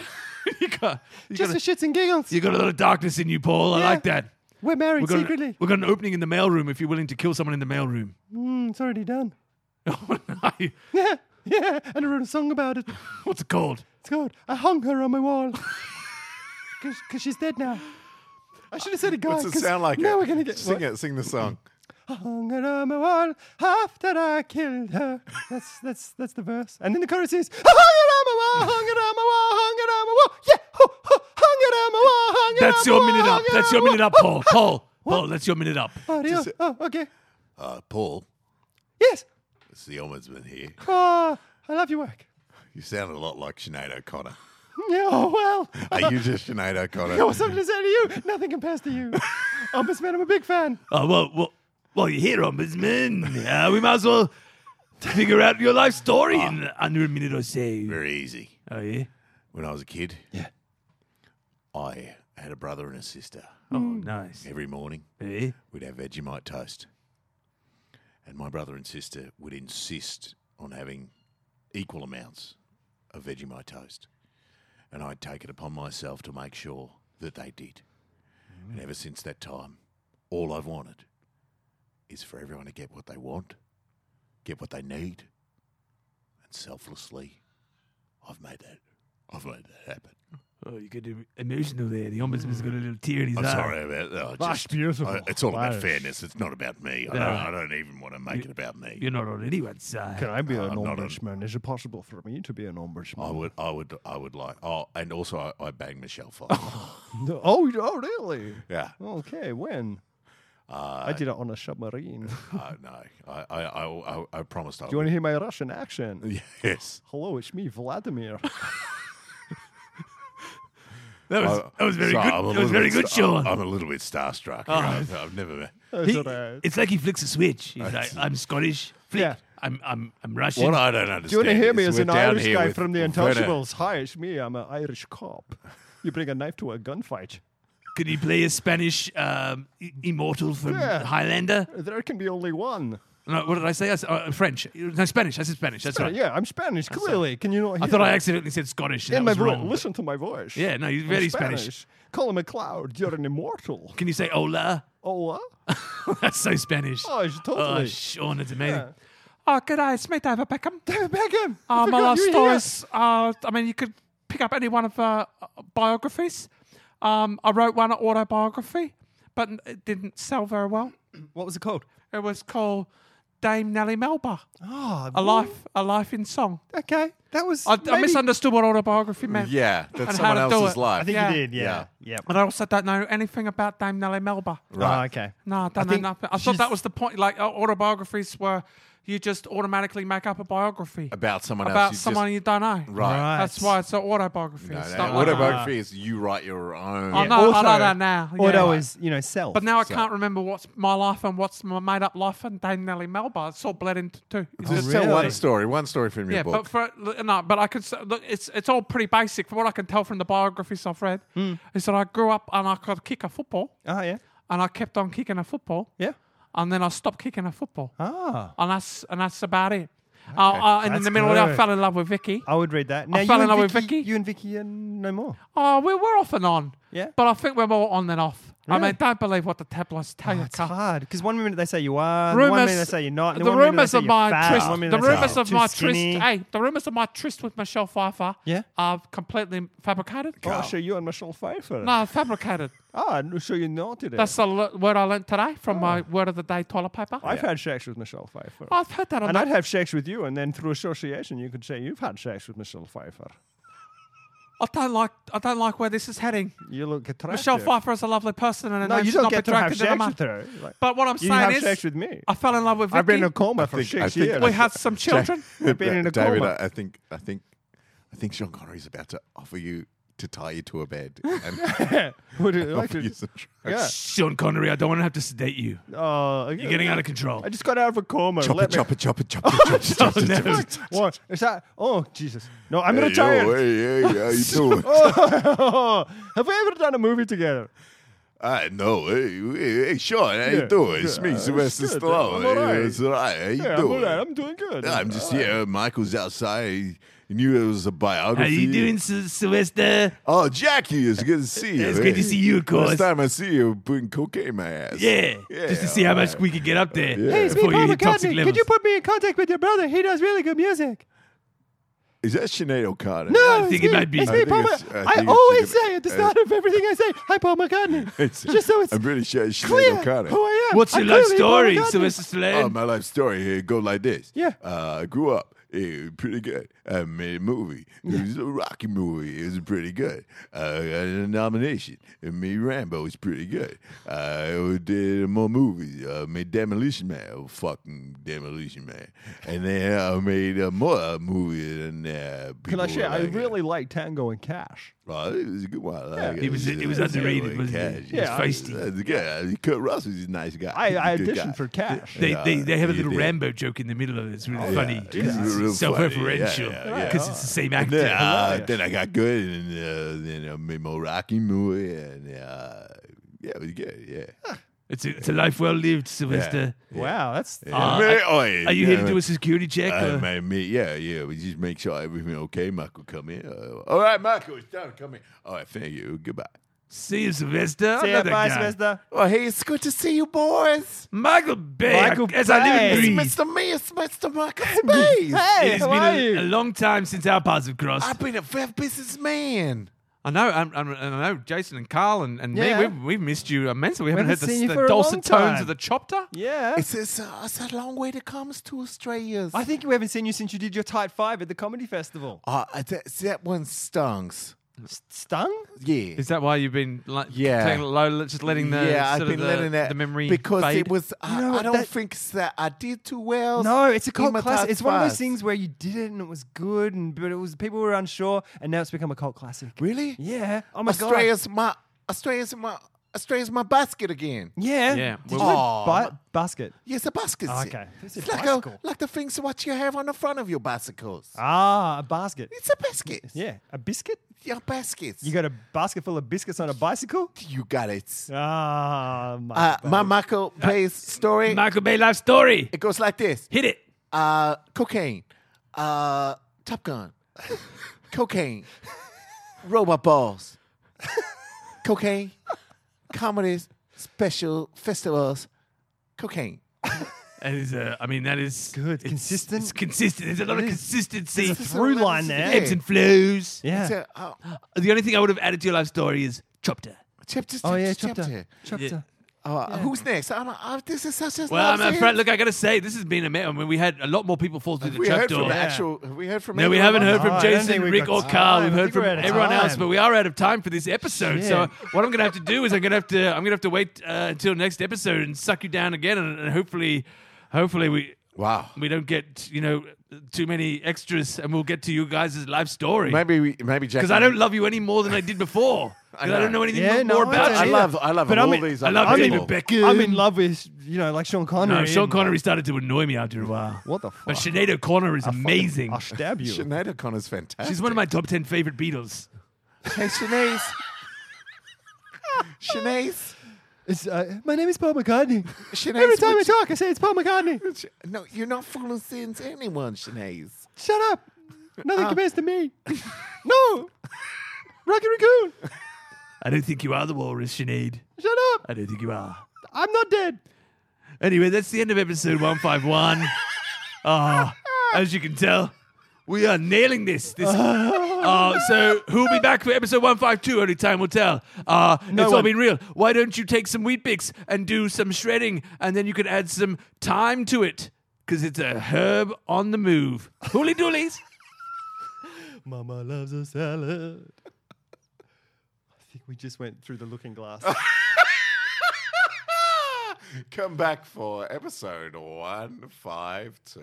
[SPEAKER 3] you, got, you,
[SPEAKER 4] Just
[SPEAKER 3] got
[SPEAKER 4] for
[SPEAKER 3] a,
[SPEAKER 4] shits and giggles.
[SPEAKER 3] you got a lot of darkness in you, Paul.
[SPEAKER 4] Yeah.
[SPEAKER 3] I like that.
[SPEAKER 4] We're married
[SPEAKER 3] got,
[SPEAKER 4] secretly.
[SPEAKER 3] we got an opening in the mailroom if you're willing to kill someone in the mailroom. (laughs)
[SPEAKER 4] Mm, it's already done. (laughs)
[SPEAKER 3] Oh, no.
[SPEAKER 4] Yeah, yeah. And I wrote a song about it.
[SPEAKER 3] What's it called?
[SPEAKER 4] It's called I Hung Her on My Wall. (laughs) Because she's dead now. I should have said a
[SPEAKER 1] (laughs)
[SPEAKER 4] guy.
[SPEAKER 1] What's it
[SPEAKER 4] 'cause
[SPEAKER 1] sound like?
[SPEAKER 4] Now
[SPEAKER 1] it?
[SPEAKER 4] we're going to get.
[SPEAKER 1] sing
[SPEAKER 4] what?
[SPEAKER 1] it. Sing the song.
[SPEAKER 4] I hung her on my wall after I killed her. That's that's that's the verse. And then the chorus is I hung it on my wall, hung it on my wall, hung it on my wall. Yeah, ho, ho, hung it on my wall, hung it
[SPEAKER 3] That's
[SPEAKER 4] on my
[SPEAKER 3] your minute
[SPEAKER 4] wall,
[SPEAKER 3] up.
[SPEAKER 4] hung it
[SPEAKER 3] That's
[SPEAKER 4] on
[SPEAKER 3] your
[SPEAKER 4] my
[SPEAKER 3] minute up,
[SPEAKER 4] wall.
[SPEAKER 3] Paul.
[SPEAKER 6] (laughs)
[SPEAKER 3] Paul, Paul, that's your minute up.
[SPEAKER 4] Oh, dear. oh, okay.
[SPEAKER 1] (laughs) Uh, Paul,
[SPEAKER 4] Yes.
[SPEAKER 1] it's the ombudsman here.
[SPEAKER 4] Oh, I love your work. (laughs)
[SPEAKER 1] You sound a lot like Sinead (laughs) O'Connor.
[SPEAKER 4] Yeah, oh, well.
[SPEAKER 1] Are you just Sinead
[SPEAKER 4] I got
[SPEAKER 1] O'Connor?
[SPEAKER 4] something to say to you. Nothing compares
[SPEAKER 3] (laughs)
[SPEAKER 4] to you. Ombudsman, I'm a big fan.
[SPEAKER 6] Uh,
[SPEAKER 3] Oh, well, well, well, you're here, Ombudsman. Uh, we might as well figure out your life story in under a minute or so.
[SPEAKER 1] Very easy.
[SPEAKER 3] Oh, yeah?
[SPEAKER 1] When I was a kid, yeah, I had a brother and a sister.
[SPEAKER 3] Oh, nice.
[SPEAKER 1] Every morning,
[SPEAKER 3] Eh?
[SPEAKER 1] we'd have Vegemite toast, and my brother and sister would insist on having equal amounts of Vegemite toast, and I'd take it upon myself to make sure that they did. And ever since that time, all I've wanted is for everyone to get what they want get what they need. And selflessly, I've made that. I've made that happen.
[SPEAKER 6] Oh, you got emotional there. The ombudsman's
[SPEAKER 3] Hmm.
[SPEAKER 6] got a little tear in his
[SPEAKER 1] I'm
[SPEAKER 6] eye.
[SPEAKER 1] sorry about that. I
[SPEAKER 4] That's
[SPEAKER 1] just-
[SPEAKER 4] beautiful.
[SPEAKER 1] I- it's all about
[SPEAKER 4] That is-
[SPEAKER 1] fairness. It's not about me. I,
[SPEAKER 6] Yeah.
[SPEAKER 1] don't, I don't even want to make it about me.
[SPEAKER 6] You're not on anyone's side.
[SPEAKER 4] Can I
[SPEAKER 6] (laughs)
[SPEAKER 4] be an
[SPEAKER 1] I'm not an-
[SPEAKER 4] ombudsman? Is it possible for me to be an ombudsman?
[SPEAKER 1] I would, I would, I would like. Oh, and also I, I banged Michelle Fox.
[SPEAKER 4] No- (laughs) Oh, you- oh, really?
[SPEAKER 1] (laughs) yeah.
[SPEAKER 4] Okay, when?
[SPEAKER 1] Uh,
[SPEAKER 4] I did it on a
[SPEAKER 6] (laughs)
[SPEAKER 4] submarine. Do
[SPEAKER 1] uh, no, I, I, I, I, I promised I
[SPEAKER 4] you
[SPEAKER 1] would.
[SPEAKER 4] want to hear my Russian accent?
[SPEAKER 1] (laughs) Yes.
[SPEAKER 4] Hello, it's me, Vladimir.
[SPEAKER 6] That was,
[SPEAKER 1] I-
[SPEAKER 6] that was very
[SPEAKER 1] sorry,
[SPEAKER 6] good.
[SPEAKER 1] I'm a
[SPEAKER 6] That was
[SPEAKER 1] little
[SPEAKER 6] very
[SPEAKER 1] bit
[SPEAKER 6] good,
[SPEAKER 1] sta-
[SPEAKER 6] Sean.
[SPEAKER 1] I'm a little bit starstruck. you know, I've, I've never. Met.
[SPEAKER 4] That's
[SPEAKER 6] (laughs) He-
[SPEAKER 4] all right.
[SPEAKER 6] it's like he flicks a switch. He's like, I'm Scottish. Flick.
[SPEAKER 4] Yeah.
[SPEAKER 6] I'm, I'm, I'm Russian.
[SPEAKER 1] What I don't
[SPEAKER 4] Do you
[SPEAKER 1] understand.
[SPEAKER 4] want to hear me
[SPEAKER 1] is
[SPEAKER 4] as
[SPEAKER 1] we're
[SPEAKER 4] an
[SPEAKER 1] down
[SPEAKER 4] Irish
[SPEAKER 1] here
[SPEAKER 4] guy
[SPEAKER 1] with
[SPEAKER 4] from the
[SPEAKER 1] Werner.
[SPEAKER 4] Untouchables? Hi, it's me. I'm an Irish cop. You bring a knife to a gunfight.
[SPEAKER 6] Can you play a Spanish um, i- immortal from
[SPEAKER 4] Yeah.
[SPEAKER 6] Highlander?
[SPEAKER 4] There can be only one.
[SPEAKER 6] No, what did I say? I said, uh, French. No, Spanish. I said Spanish. That's right.
[SPEAKER 4] Yeah, I'm Spanish. Clearly, can you not? Hear
[SPEAKER 6] I thought I
[SPEAKER 4] me?
[SPEAKER 6] accidentally said Scottish. And
[SPEAKER 4] in
[SPEAKER 6] that
[SPEAKER 4] my
[SPEAKER 6] was
[SPEAKER 4] voice.
[SPEAKER 6] wrong.
[SPEAKER 4] Listen to my voice.
[SPEAKER 6] Yeah, no, you're
[SPEAKER 4] I'm
[SPEAKER 6] very Spanish.
[SPEAKER 4] Colin McLeod, you're an immortal.
[SPEAKER 6] Can you say hola? (laughs)
[SPEAKER 4] Oh, what?
[SPEAKER 6] That's so Spanish.
[SPEAKER 4] Oh, it's
[SPEAKER 6] Oh,
[SPEAKER 3] Uh,
[SPEAKER 4] totally.
[SPEAKER 6] Sean, it's amazing. Oh, good day. It's me, David Beckham.
[SPEAKER 4] Beckham. I
[SPEAKER 6] Uh, my
[SPEAKER 4] forgot
[SPEAKER 6] life
[SPEAKER 4] you were
[SPEAKER 6] stories. Uh, I mean, you could pick up any one of uh, biographies. Um, I wrote one autobiography, but it didn't sell very well.
[SPEAKER 3] (clears throat) What was it called?
[SPEAKER 6] It was called Dame Nellie Melba:
[SPEAKER 3] Oh,
[SPEAKER 6] A Life, A Life in Song.
[SPEAKER 3] Okay, that was.
[SPEAKER 6] I, I
[SPEAKER 3] maybe-
[SPEAKER 6] misunderstood what autobiography meant.
[SPEAKER 1] Yeah,
[SPEAKER 6] how
[SPEAKER 1] that's
[SPEAKER 6] to
[SPEAKER 1] someone
[SPEAKER 6] do
[SPEAKER 1] else's
[SPEAKER 6] it.
[SPEAKER 1] life.
[SPEAKER 3] I think
[SPEAKER 6] Yeah.
[SPEAKER 3] you did. Yeah. Yep.
[SPEAKER 6] And I also don't know anything about Dame Nellie Melba.
[SPEAKER 3] Oh, okay.
[SPEAKER 6] No, I don't know
[SPEAKER 3] think
[SPEAKER 6] nothing. I
[SPEAKER 3] she's-
[SPEAKER 6] thought that was the point. Like uh, autobiographies were, you just automatically make up a biography
[SPEAKER 1] about someone
[SPEAKER 6] about
[SPEAKER 1] else. you
[SPEAKER 6] someone
[SPEAKER 1] just-
[SPEAKER 6] you don't know.
[SPEAKER 1] right.
[SPEAKER 6] That's why it's an autobiography.
[SPEAKER 1] No,
[SPEAKER 6] It's
[SPEAKER 1] no,
[SPEAKER 6] not like-
[SPEAKER 1] autobiography is you write your own.
[SPEAKER 6] I know, I
[SPEAKER 3] Also-
[SPEAKER 6] know that now. yeah.
[SPEAKER 3] Auto is you know self.
[SPEAKER 6] but now I
[SPEAKER 1] So-
[SPEAKER 6] can't remember what's my life and what's my made up life and Dame Nellie Melba. It's all bled into two. It's
[SPEAKER 1] Just
[SPEAKER 6] just-
[SPEAKER 1] tell one
[SPEAKER 3] Oh, Really?
[SPEAKER 1] story. One story from your
[SPEAKER 6] yeah,
[SPEAKER 1] book.
[SPEAKER 6] but for look, no, but I could s- look. It's it's all pretty basic from what I can tell from the biographies I've read.
[SPEAKER 3] Hmm.
[SPEAKER 6] Is that I grew up and I could kick a football,
[SPEAKER 3] Oh yeah.
[SPEAKER 6] and I kept on kicking a football,
[SPEAKER 3] Yeah.
[SPEAKER 6] and then I stopped kicking a football,
[SPEAKER 3] Ah,
[SPEAKER 6] and that's and that's about it. Uh, uh, and in
[SPEAKER 3] That's
[SPEAKER 6] the middle, of it, I
[SPEAKER 3] good.
[SPEAKER 6] fell in love with Vicky.
[SPEAKER 3] I would read that. Now
[SPEAKER 6] fell
[SPEAKER 3] you
[SPEAKER 6] in
[SPEAKER 3] and
[SPEAKER 6] love with
[SPEAKER 3] Vicky,
[SPEAKER 6] Vicky.
[SPEAKER 3] You and Vicky are no more.
[SPEAKER 6] Oh, we were off and on.
[SPEAKER 3] Yeah.
[SPEAKER 6] But I think we're more on than off. I
[SPEAKER 3] Really?
[SPEAKER 6] mean, don't believe what the tabloids tell
[SPEAKER 3] Oh,
[SPEAKER 4] Ah,
[SPEAKER 6] you.
[SPEAKER 3] it's
[SPEAKER 6] cunt.
[SPEAKER 3] hard because one minute they say you are, and one minute they say you're not. and
[SPEAKER 6] The,
[SPEAKER 3] then one minute they
[SPEAKER 6] rumors
[SPEAKER 3] say
[SPEAKER 6] of
[SPEAKER 3] you're
[SPEAKER 6] my
[SPEAKER 3] fat,
[SPEAKER 6] tryst,
[SPEAKER 3] one minute
[SPEAKER 6] the
[SPEAKER 3] they say
[SPEAKER 6] rumors
[SPEAKER 3] you're
[SPEAKER 6] of
[SPEAKER 3] too
[SPEAKER 6] my
[SPEAKER 3] skinny.
[SPEAKER 6] tryst, hey, the rumors of my tryst with Michelle Pfeiffer,
[SPEAKER 3] Yeah.
[SPEAKER 6] are completely fabricated.
[SPEAKER 4] Oh, so you and Michelle Pfeiffer.
[SPEAKER 6] No,
[SPEAKER 4] (laughs)
[SPEAKER 6] fabricated.
[SPEAKER 4] Ah, no, so you noted it.
[SPEAKER 6] That's the l- word I learned today from
[SPEAKER 4] Oh.
[SPEAKER 6] my word of the day toilet paper.
[SPEAKER 4] I've had sex with Michelle Pfeiffer.
[SPEAKER 6] I've heard that on
[SPEAKER 4] and
[SPEAKER 6] the-
[SPEAKER 4] I'd have sex with you, and then through association, you could say you've had sex with Michelle Pfeiffer.
[SPEAKER 6] I don't like. I don't like where this is heading.
[SPEAKER 4] You look attractive.
[SPEAKER 6] Michelle Pfeiffer is a lovely person, and I
[SPEAKER 4] No,
[SPEAKER 6] know
[SPEAKER 4] you
[SPEAKER 6] she's
[SPEAKER 4] don't
[SPEAKER 6] not
[SPEAKER 4] get to have
[SPEAKER 6] attracted to
[SPEAKER 4] sex
[SPEAKER 6] the
[SPEAKER 4] with
[SPEAKER 6] man.
[SPEAKER 4] her. Like,
[SPEAKER 6] But what I'm
[SPEAKER 4] you
[SPEAKER 6] saying
[SPEAKER 4] have
[SPEAKER 6] is,
[SPEAKER 4] sex with me.
[SPEAKER 6] I fell in love with Vicky.
[SPEAKER 4] I've been in a coma for
[SPEAKER 1] think-
[SPEAKER 4] six
[SPEAKER 1] I think-
[SPEAKER 4] years.
[SPEAKER 6] we
[SPEAKER 1] (laughs)
[SPEAKER 6] had some children.
[SPEAKER 4] I've been in a
[SPEAKER 1] David,
[SPEAKER 4] coma.
[SPEAKER 1] I I think, I think, I think Sean Connery's about to offer you to tie you to a
[SPEAKER 4] (laughs)
[SPEAKER 1] bed and
[SPEAKER 4] Would you
[SPEAKER 1] (laughs)
[SPEAKER 4] like
[SPEAKER 1] offer you
[SPEAKER 4] to?
[SPEAKER 1] some drugs.
[SPEAKER 4] Yeah.
[SPEAKER 6] Sean Connery, I don't want to have to sedate you.
[SPEAKER 4] Oh,
[SPEAKER 6] You're getting out of control.
[SPEAKER 4] I just got out of a coma.
[SPEAKER 1] Chopper,
[SPEAKER 4] Let me-
[SPEAKER 1] chopper, chopper,
[SPEAKER 4] (laughs)
[SPEAKER 1] chopper, chopper, chopper,
[SPEAKER 6] no.
[SPEAKER 1] chopper.
[SPEAKER 4] What is that? Oh, Jesus! No, I'm
[SPEAKER 1] Hey,
[SPEAKER 4] retired.
[SPEAKER 1] yo, hey, hey, how you doing?
[SPEAKER 4] Oh, (laughs) have we ever done a movie together?
[SPEAKER 1] I know. Uh, Hey, hey, hey, Sean, how you
[SPEAKER 4] Yeah,
[SPEAKER 1] doing? It's me,
[SPEAKER 4] yeah,
[SPEAKER 1] Sylvester
[SPEAKER 4] it's good.
[SPEAKER 1] Stallone.
[SPEAKER 4] I'm all right.
[SPEAKER 1] Hey, It's all right. How you
[SPEAKER 4] Yeah, I'm, all
[SPEAKER 1] doing?
[SPEAKER 4] right. I'm doing good. Oh.
[SPEAKER 1] I'm just
[SPEAKER 4] All right.
[SPEAKER 1] here. Michael's outside. He he knew it was a
[SPEAKER 6] How
[SPEAKER 1] biography.
[SPEAKER 6] you doing, Sy- Sylvester?
[SPEAKER 1] Oh, Jackie, it's good to see you. eh?
[SPEAKER 6] It's good to see you, of course.
[SPEAKER 1] First time I see you putting cocaine in my ass.
[SPEAKER 6] Yeah,
[SPEAKER 1] Yeah,
[SPEAKER 6] just to see how much
[SPEAKER 1] alright.
[SPEAKER 6] we can get up there
[SPEAKER 1] Yeah. Hey, it's me,
[SPEAKER 6] before you hit toxic
[SPEAKER 3] McCartney,
[SPEAKER 6] levels.
[SPEAKER 3] could you put me in contact with your brother? He does really good music.
[SPEAKER 1] Is that Sinead O'Connor?
[SPEAKER 3] No, it's
[SPEAKER 6] think it
[SPEAKER 3] me-
[SPEAKER 6] might be-
[SPEAKER 3] It's
[SPEAKER 6] I
[SPEAKER 3] me,
[SPEAKER 1] think
[SPEAKER 3] Paul.
[SPEAKER 1] it's-
[SPEAKER 3] Ma-
[SPEAKER 1] I
[SPEAKER 3] I,
[SPEAKER 1] think it
[SPEAKER 3] always
[SPEAKER 1] should be-
[SPEAKER 3] say at the
[SPEAKER 1] uh,
[SPEAKER 3] start of everything I say, "Hi, Paul McCartney."
[SPEAKER 1] (laughs) It's-
[SPEAKER 3] just so it's
[SPEAKER 1] I'm pretty sure it's Sinead
[SPEAKER 3] clear
[SPEAKER 1] O'Connor.
[SPEAKER 3] who I am.
[SPEAKER 6] What's your
[SPEAKER 3] I'm
[SPEAKER 6] life
[SPEAKER 3] clearly Paul
[SPEAKER 6] story,
[SPEAKER 3] McCartney.
[SPEAKER 6] Sylvester Stallone?
[SPEAKER 1] Oh, my life story here go like this.
[SPEAKER 3] Yeah.
[SPEAKER 1] Uh, I grew up. It was pretty good. I made a movie. It was a Rocky movie. It was pretty good. Uh, I got a nomination. And me, Rambo, is pretty good. Uh, I did more movies. Uh, I made Demolition Man. Oh, fucking Demolition Man. And then I made uh, more movies than uh,
[SPEAKER 4] Can
[SPEAKER 1] people
[SPEAKER 4] I share?
[SPEAKER 1] were
[SPEAKER 4] I
[SPEAKER 1] like, uh,
[SPEAKER 4] really like Tango and Cash.
[SPEAKER 1] Oh, it was a good one. I like
[SPEAKER 6] It was- it was
[SPEAKER 1] Yeah,
[SPEAKER 6] underrated,
[SPEAKER 1] yeah,
[SPEAKER 6] wasn't it?
[SPEAKER 1] Cash.
[SPEAKER 4] Yeah, I-
[SPEAKER 1] It's feisty. Yeah, Kurt Russell's a nice guy.
[SPEAKER 4] I,
[SPEAKER 1] He's a
[SPEAKER 4] I
[SPEAKER 1] good guy.
[SPEAKER 4] auditioned for Cash.
[SPEAKER 6] They,
[SPEAKER 1] Yeah,
[SPEAKER 6] they, they have a
[SPEAKER 1] he
[SPEAKER 6] little
[SPEAKER 1] did.
[SPEAKER 6] Rambo joke in the middle of it. It's really funny
[SPEAKER 1] yeah,
[SPEAKER 6] because
[SPEAKER 1] it's real
[SPEAKER 6] it's self-referential
[SPEAKER 1] funny,
[SPEAKER 6] because
[SPEAKER 1] yeah, yeah,
[SPEAKER 4] yeah.
[SPEAKER 6] it's the same
[SPEAKER 1] And
[SPEAKER 6] actor. Ah,
[SPEAKER 1] then, uh, then I got good, and uh, then I made my Rocky movie, and uh, yeah, it was good. Yeah.
[SPEAKER 6] it's, a, it's a life well lived, Sylvester.
[SPEAKER 3] Wow, that's
[SPEAKER 6] Uh,
[SPEAKER 1] Man,
[SPEAKER 6] are-
[SPEAKER 1] oh, yeah,
[SPEAKER 6] Are you here to
[SPEAKER 1] yeah,
[SPEAKER 6] do a security check?
[SPEAKER 1] Uh,
[SPEAKER 6] or-
[SPEAKER 1] my, me, yeah, yeah. We just make sure everything okay. Michael, come here. Uh, all right, Michael, it's time. Come here. All right, thank you. Goodbye.
[SPEAKER 3] See you, Sylvester.
[SPEAKER 4] See ya,
[SPEAKER 3] Another
[SPEAKER 4] bye,
[SPEAKER 3] guy.
[SPEAKER 4] Sylvester.
[SPEAKER 1] Oh, hey, it's good to see you boys.
[SPEAKER 3] Michael Bay.
[SPEAKER 4] Michael
[SPEAKER 3] as I live
[SPEAKER 4] Bay.
[SPEAKER 3] and breathe.
[SPEAKER 1] Mr. Me, it's Mr. Michael Space.
[SPEAKER 4] Hey,
[SPEAKER 3] it has
[SPEAKER 4] how
[SPEAKER 3] been
[SPEAKER 4] are
[SPEAKER 3] a,
[SPEAKER 4] you?
[SPEAKER 3] a long time since our paths have crossed.
[SPEAKER 1] I've been a fair businessman.
[SPEAKER 3] I know, I'm, I'm, and I know Jason and Carl and, and
[SPEAKER 4] Yeah.
[SPEAKER 3] me, we've, we've missed you immensely. We haven't,
[SPEAKER 4] haven't
[SPEAKER 3] heard the,
[SPEAKER 4] seen you
[SPEAKER 3] the
[SPEAKER 4] for a long
[SPEAKER 3] dulcet tones
[SPEAKER 4] time.
[SPEAKER 3] of the chopter.
[SPEAKER 4] Yeah.
[SPEAKER 1] It's, it's, a, it's a long way to come to Australia's.
[SPEAKER 4] I think we haven't seen you since you did your tight five at the comedy festival.
[SPEAKER 1] Uh, that, that one stungs.
[SPEAKER 4] S- Stung?
[SPEAKER 1] Yeah.
[SPEAKER 3] Is that why you've been like,
[SPEAKER 1] Yeah.
[SPEAKER 3] taking it low, just letting the
[SPEAKER 1] yeah,
[SPEAKER 3] sort
[SPEAKER 1] I've
[SPEAKER 3] of
[SPEAKER 1] been
[SPEAKER 3] the,
[SPEAKER 1] letting that
[SPEAKER 3] the memory
[SPEAKER 1] because
[SPEAKER 3] fade?
[SPEAKER 1] it was. I,
[SPEAKER 4] You know
[SPEAKER 1] I
[SPEAKER 4] what,
[SPEAKER 1] don't
[SPEAKER 4] that-
[SPEAKER 1] think it's that I did too well.
[SPEAKER 4] No, it's a cult
[SPEAKER 1] in my
[SPEAKER 4] classic.
[SPEAKER 1] top
[SPEAKER 4] It's one of those
[SPEAKER 1] fives.
[SPEAKER 4] things where you did it and it was good, and but it was people were unsure, and now it's become a cult classic.
[SPEAKER 1] Really?
[SPEAKER 4] Yeah. Oh my god.
[SPEAKER 1] Australia's my Australia's my Australia's my basket again.
[SPEAKER 4] Yeah.
[SPEAKER 3] Yeah.
[SPEAKER 4] Did you
[SPEAKER 3] Well-
[SPEAKER 1] Aw,
[SPEAKER 4] buy basket?
[SPEAKER 1] Yes, a basket.
[SPEAKER 4] Oh,
[SPEAKER 1] seat.
[SPEAKER 4] okay. It's
[SPEAKER 1] It's,
[SPEAKER 4] a
[SPEAKER 1] like
[SPEAKER 4] bicycle.
[SPEAKER 1] a, like the things what you have on the front of your bicycles.
[SPEAKER 4] Ah, a basket.
[SPEAKER 1] it's a basket.
[SPEAKER 4] Yeah. A biscuit?
[SPEAKER 1] Your baskets.
[SPEAKER 4] You got a basket full of biscuits on a bicycle?
[SPEAKER 1] You got it.
[SPEAKER 4] Ah, my
[SPEAKER 1] Uh,
[SPEAKER 4] bad.
[SPEAKER 1] my Michael Bay's story.
[SPEAKER 3] Michael Bay life story.
[SPEAKER 1] it goes like this.
[SPEAKER 3] Hit it.
[SPEAKER 1] uh, cocaine, uh, Top Gun, cocaine, robot balls, cocaine, comedies, special festivals, cocaine.
[SPEAKER 3] That is, uh, I mean, that is
[SPEAKER 4] Good.
[SPEAKER 3] it's-
[SPEAKER 4] Consistent.
[SPEAKER 3] It's consistent. There's a lot of
[SPEAKER 4] It is.
[SPEAKER 3] consistency.
[SPEAKER 4] There's a through line there.
[SPEAKER 3] Ebbs and flows.
[SPEAKER 4] Yeah.
[SPEAKER 1] So, uh,
[SPEAKER 3] The only thing I would have added to your life story is chopter.
[SPEAKER 1] chapter,
[SPEAKER 4] oh yeah,
[SPEAKER 1] chapter,
[SPEAKER 4] chapter. Chapter.
[SPEAKER 3] Yeah.
[SPEAKER 1] Uh, Who's next? I'm, uh, this is such a
[SPEAKER 3] Well, I'm
[SPEAKER 1] nonsense.
[SPEAKER 3] afraid. Look, I gotta say, this has been a minute. I mean, we had a lot more people fall through the
[SPEAKER 1] we heard
[SPEAKER 3] trapdoor.
[SPEAKER 1] from
[SPEAKER 3] door.
[SPEAKER 1] actual. Have we heard from.
[SPEAKER 3] No, we haven't
[SPEAKER 1] anyone?
[SPEAKER 3] heard
[SPEAKER 4] Oh,
[SPEAKER 3] from
[SPEAKER 4] I don't
[SPEAKER 3] Jason,
[SPEAKER 4] think we've
[SPEAKER 3] Rick,
[SPEAKER 4] got
[SPEAKER 3] or
[SPEAKER 4] time.
[SPEAKER 3] Carl.
[SPEAKER 4] I
[SPEAKER 3] We've
[SPEAKER 4] think
[SPEAKER 3] heard from
[SPEAKER 4] we're out of
[SPEAKER 3] everyone else,
[SPEAKER 4] time.
[SPEAKER 3] but we are out of time for this episode. So
[SPEAKER 4] Yeah.
[SPEAKER 3] what I'm going to have to do is I'm going to have to I'm going to have to wait uh, until next episode and suck you down again, and, and hopefully, hopefully we
[SPEAKER 1] Wow.
[SPEAKER 3] we don't get you know too many extras, and we'll get to you guys' life story.
[SPEAKER 1] Maybe we, maybe Jack.
[SPEAKER 3] Because I don't love you any more than I did before. 'Cause I,
[SPEAKER 1] know.
[SPEAKER 3] don't know anything
[SPEAKER 4] Yeah,
[SPEAKER 3] mo- more
[SPEAKER 4] no, I
[SPEAKER 3] about
[SPEAKER 4] don't
[SPEAKER 1] I
[SPEAKER 3] you.
[SPEAKER 1] love. I love
[SPEAKER 4] But
[SPEAKER 1] all
[SPEAKER 4] I'm in-
[SPEAKER 1] these.
[SPEAKER 3] I love
[SPEAKER 1] other
[SPEAKER 4] I'm in-
[SPEAKER 1] people.
[SPEAKER 3] Beckham.
[SPEAKER 4] I'm in love with you know like Um, Sean Connery.
[SPEAKER 3] No, Sean
[SPEAKER 4] and-
[SPEAKER 3] Connery started to annoy me after a while.
[SPEAKER 6] What the fuck?
[SPEAKER 3] But Sinead O'Connor is amazing.
[SPEAKER 4] (laughs)
[SPEAKER 6] I'll stab you.
[SPEAKER 1] Sinead O'Connor's fantastic.
[SPEAKER 3] She's one of my top ten favorite Beatles.
[SPEAKER 1] Hey, Sinead.
[SPEAKER 4] (laughs)
[SPEAKER 1] Sinead.
[SPEAKER 4] It's, uh, my name is Paul
[SPEAKER 1] (laughs)
[SPEAKER 4] McCartney.
[SPEAKER 1] Sinead.
[SPEAKER 4] Every time I
[SPEAKER 1] would you-
[SPEAKER 4] talk, I say it's Paul McCartney.
[SPEAKER 1] No, you're not fooling sins anyone, Sinead.
[SPEAKER 4] (laughs) Shut up. Nothing
[SPEAKER 1] Ah.
[SPEAKER 4] compares
[SPEAKER 1] (laughs)
[SPEAKER 4] to me. no. Rocky Raccoon.
[SPEAKER 3] I don't think you are the walrus, Sinead.
[SPEAKER 4] Shut up.
[SPEAKER 3] I don't think you are.
[SPEAKER 4] I'm not dead.
[SPEAKER 3] Anyway, that's the end of episode 151. Ah, as you can tell, we are nailing this. This. Uh, so who'll be back for episode 152? Only time will tell. Uh, it's all
[SPEAKER 4] one.
[SPEAKER 3] been real. Why don't you take some wheat bix and do some shredding and then you can add some thyme to it? Because it's a herb on the move. Hooly doolies.
[SPEAKER 4] Mama loves a salad. I think we just went through the looking glass.
[SPEAKER 1] Come back for episode 152.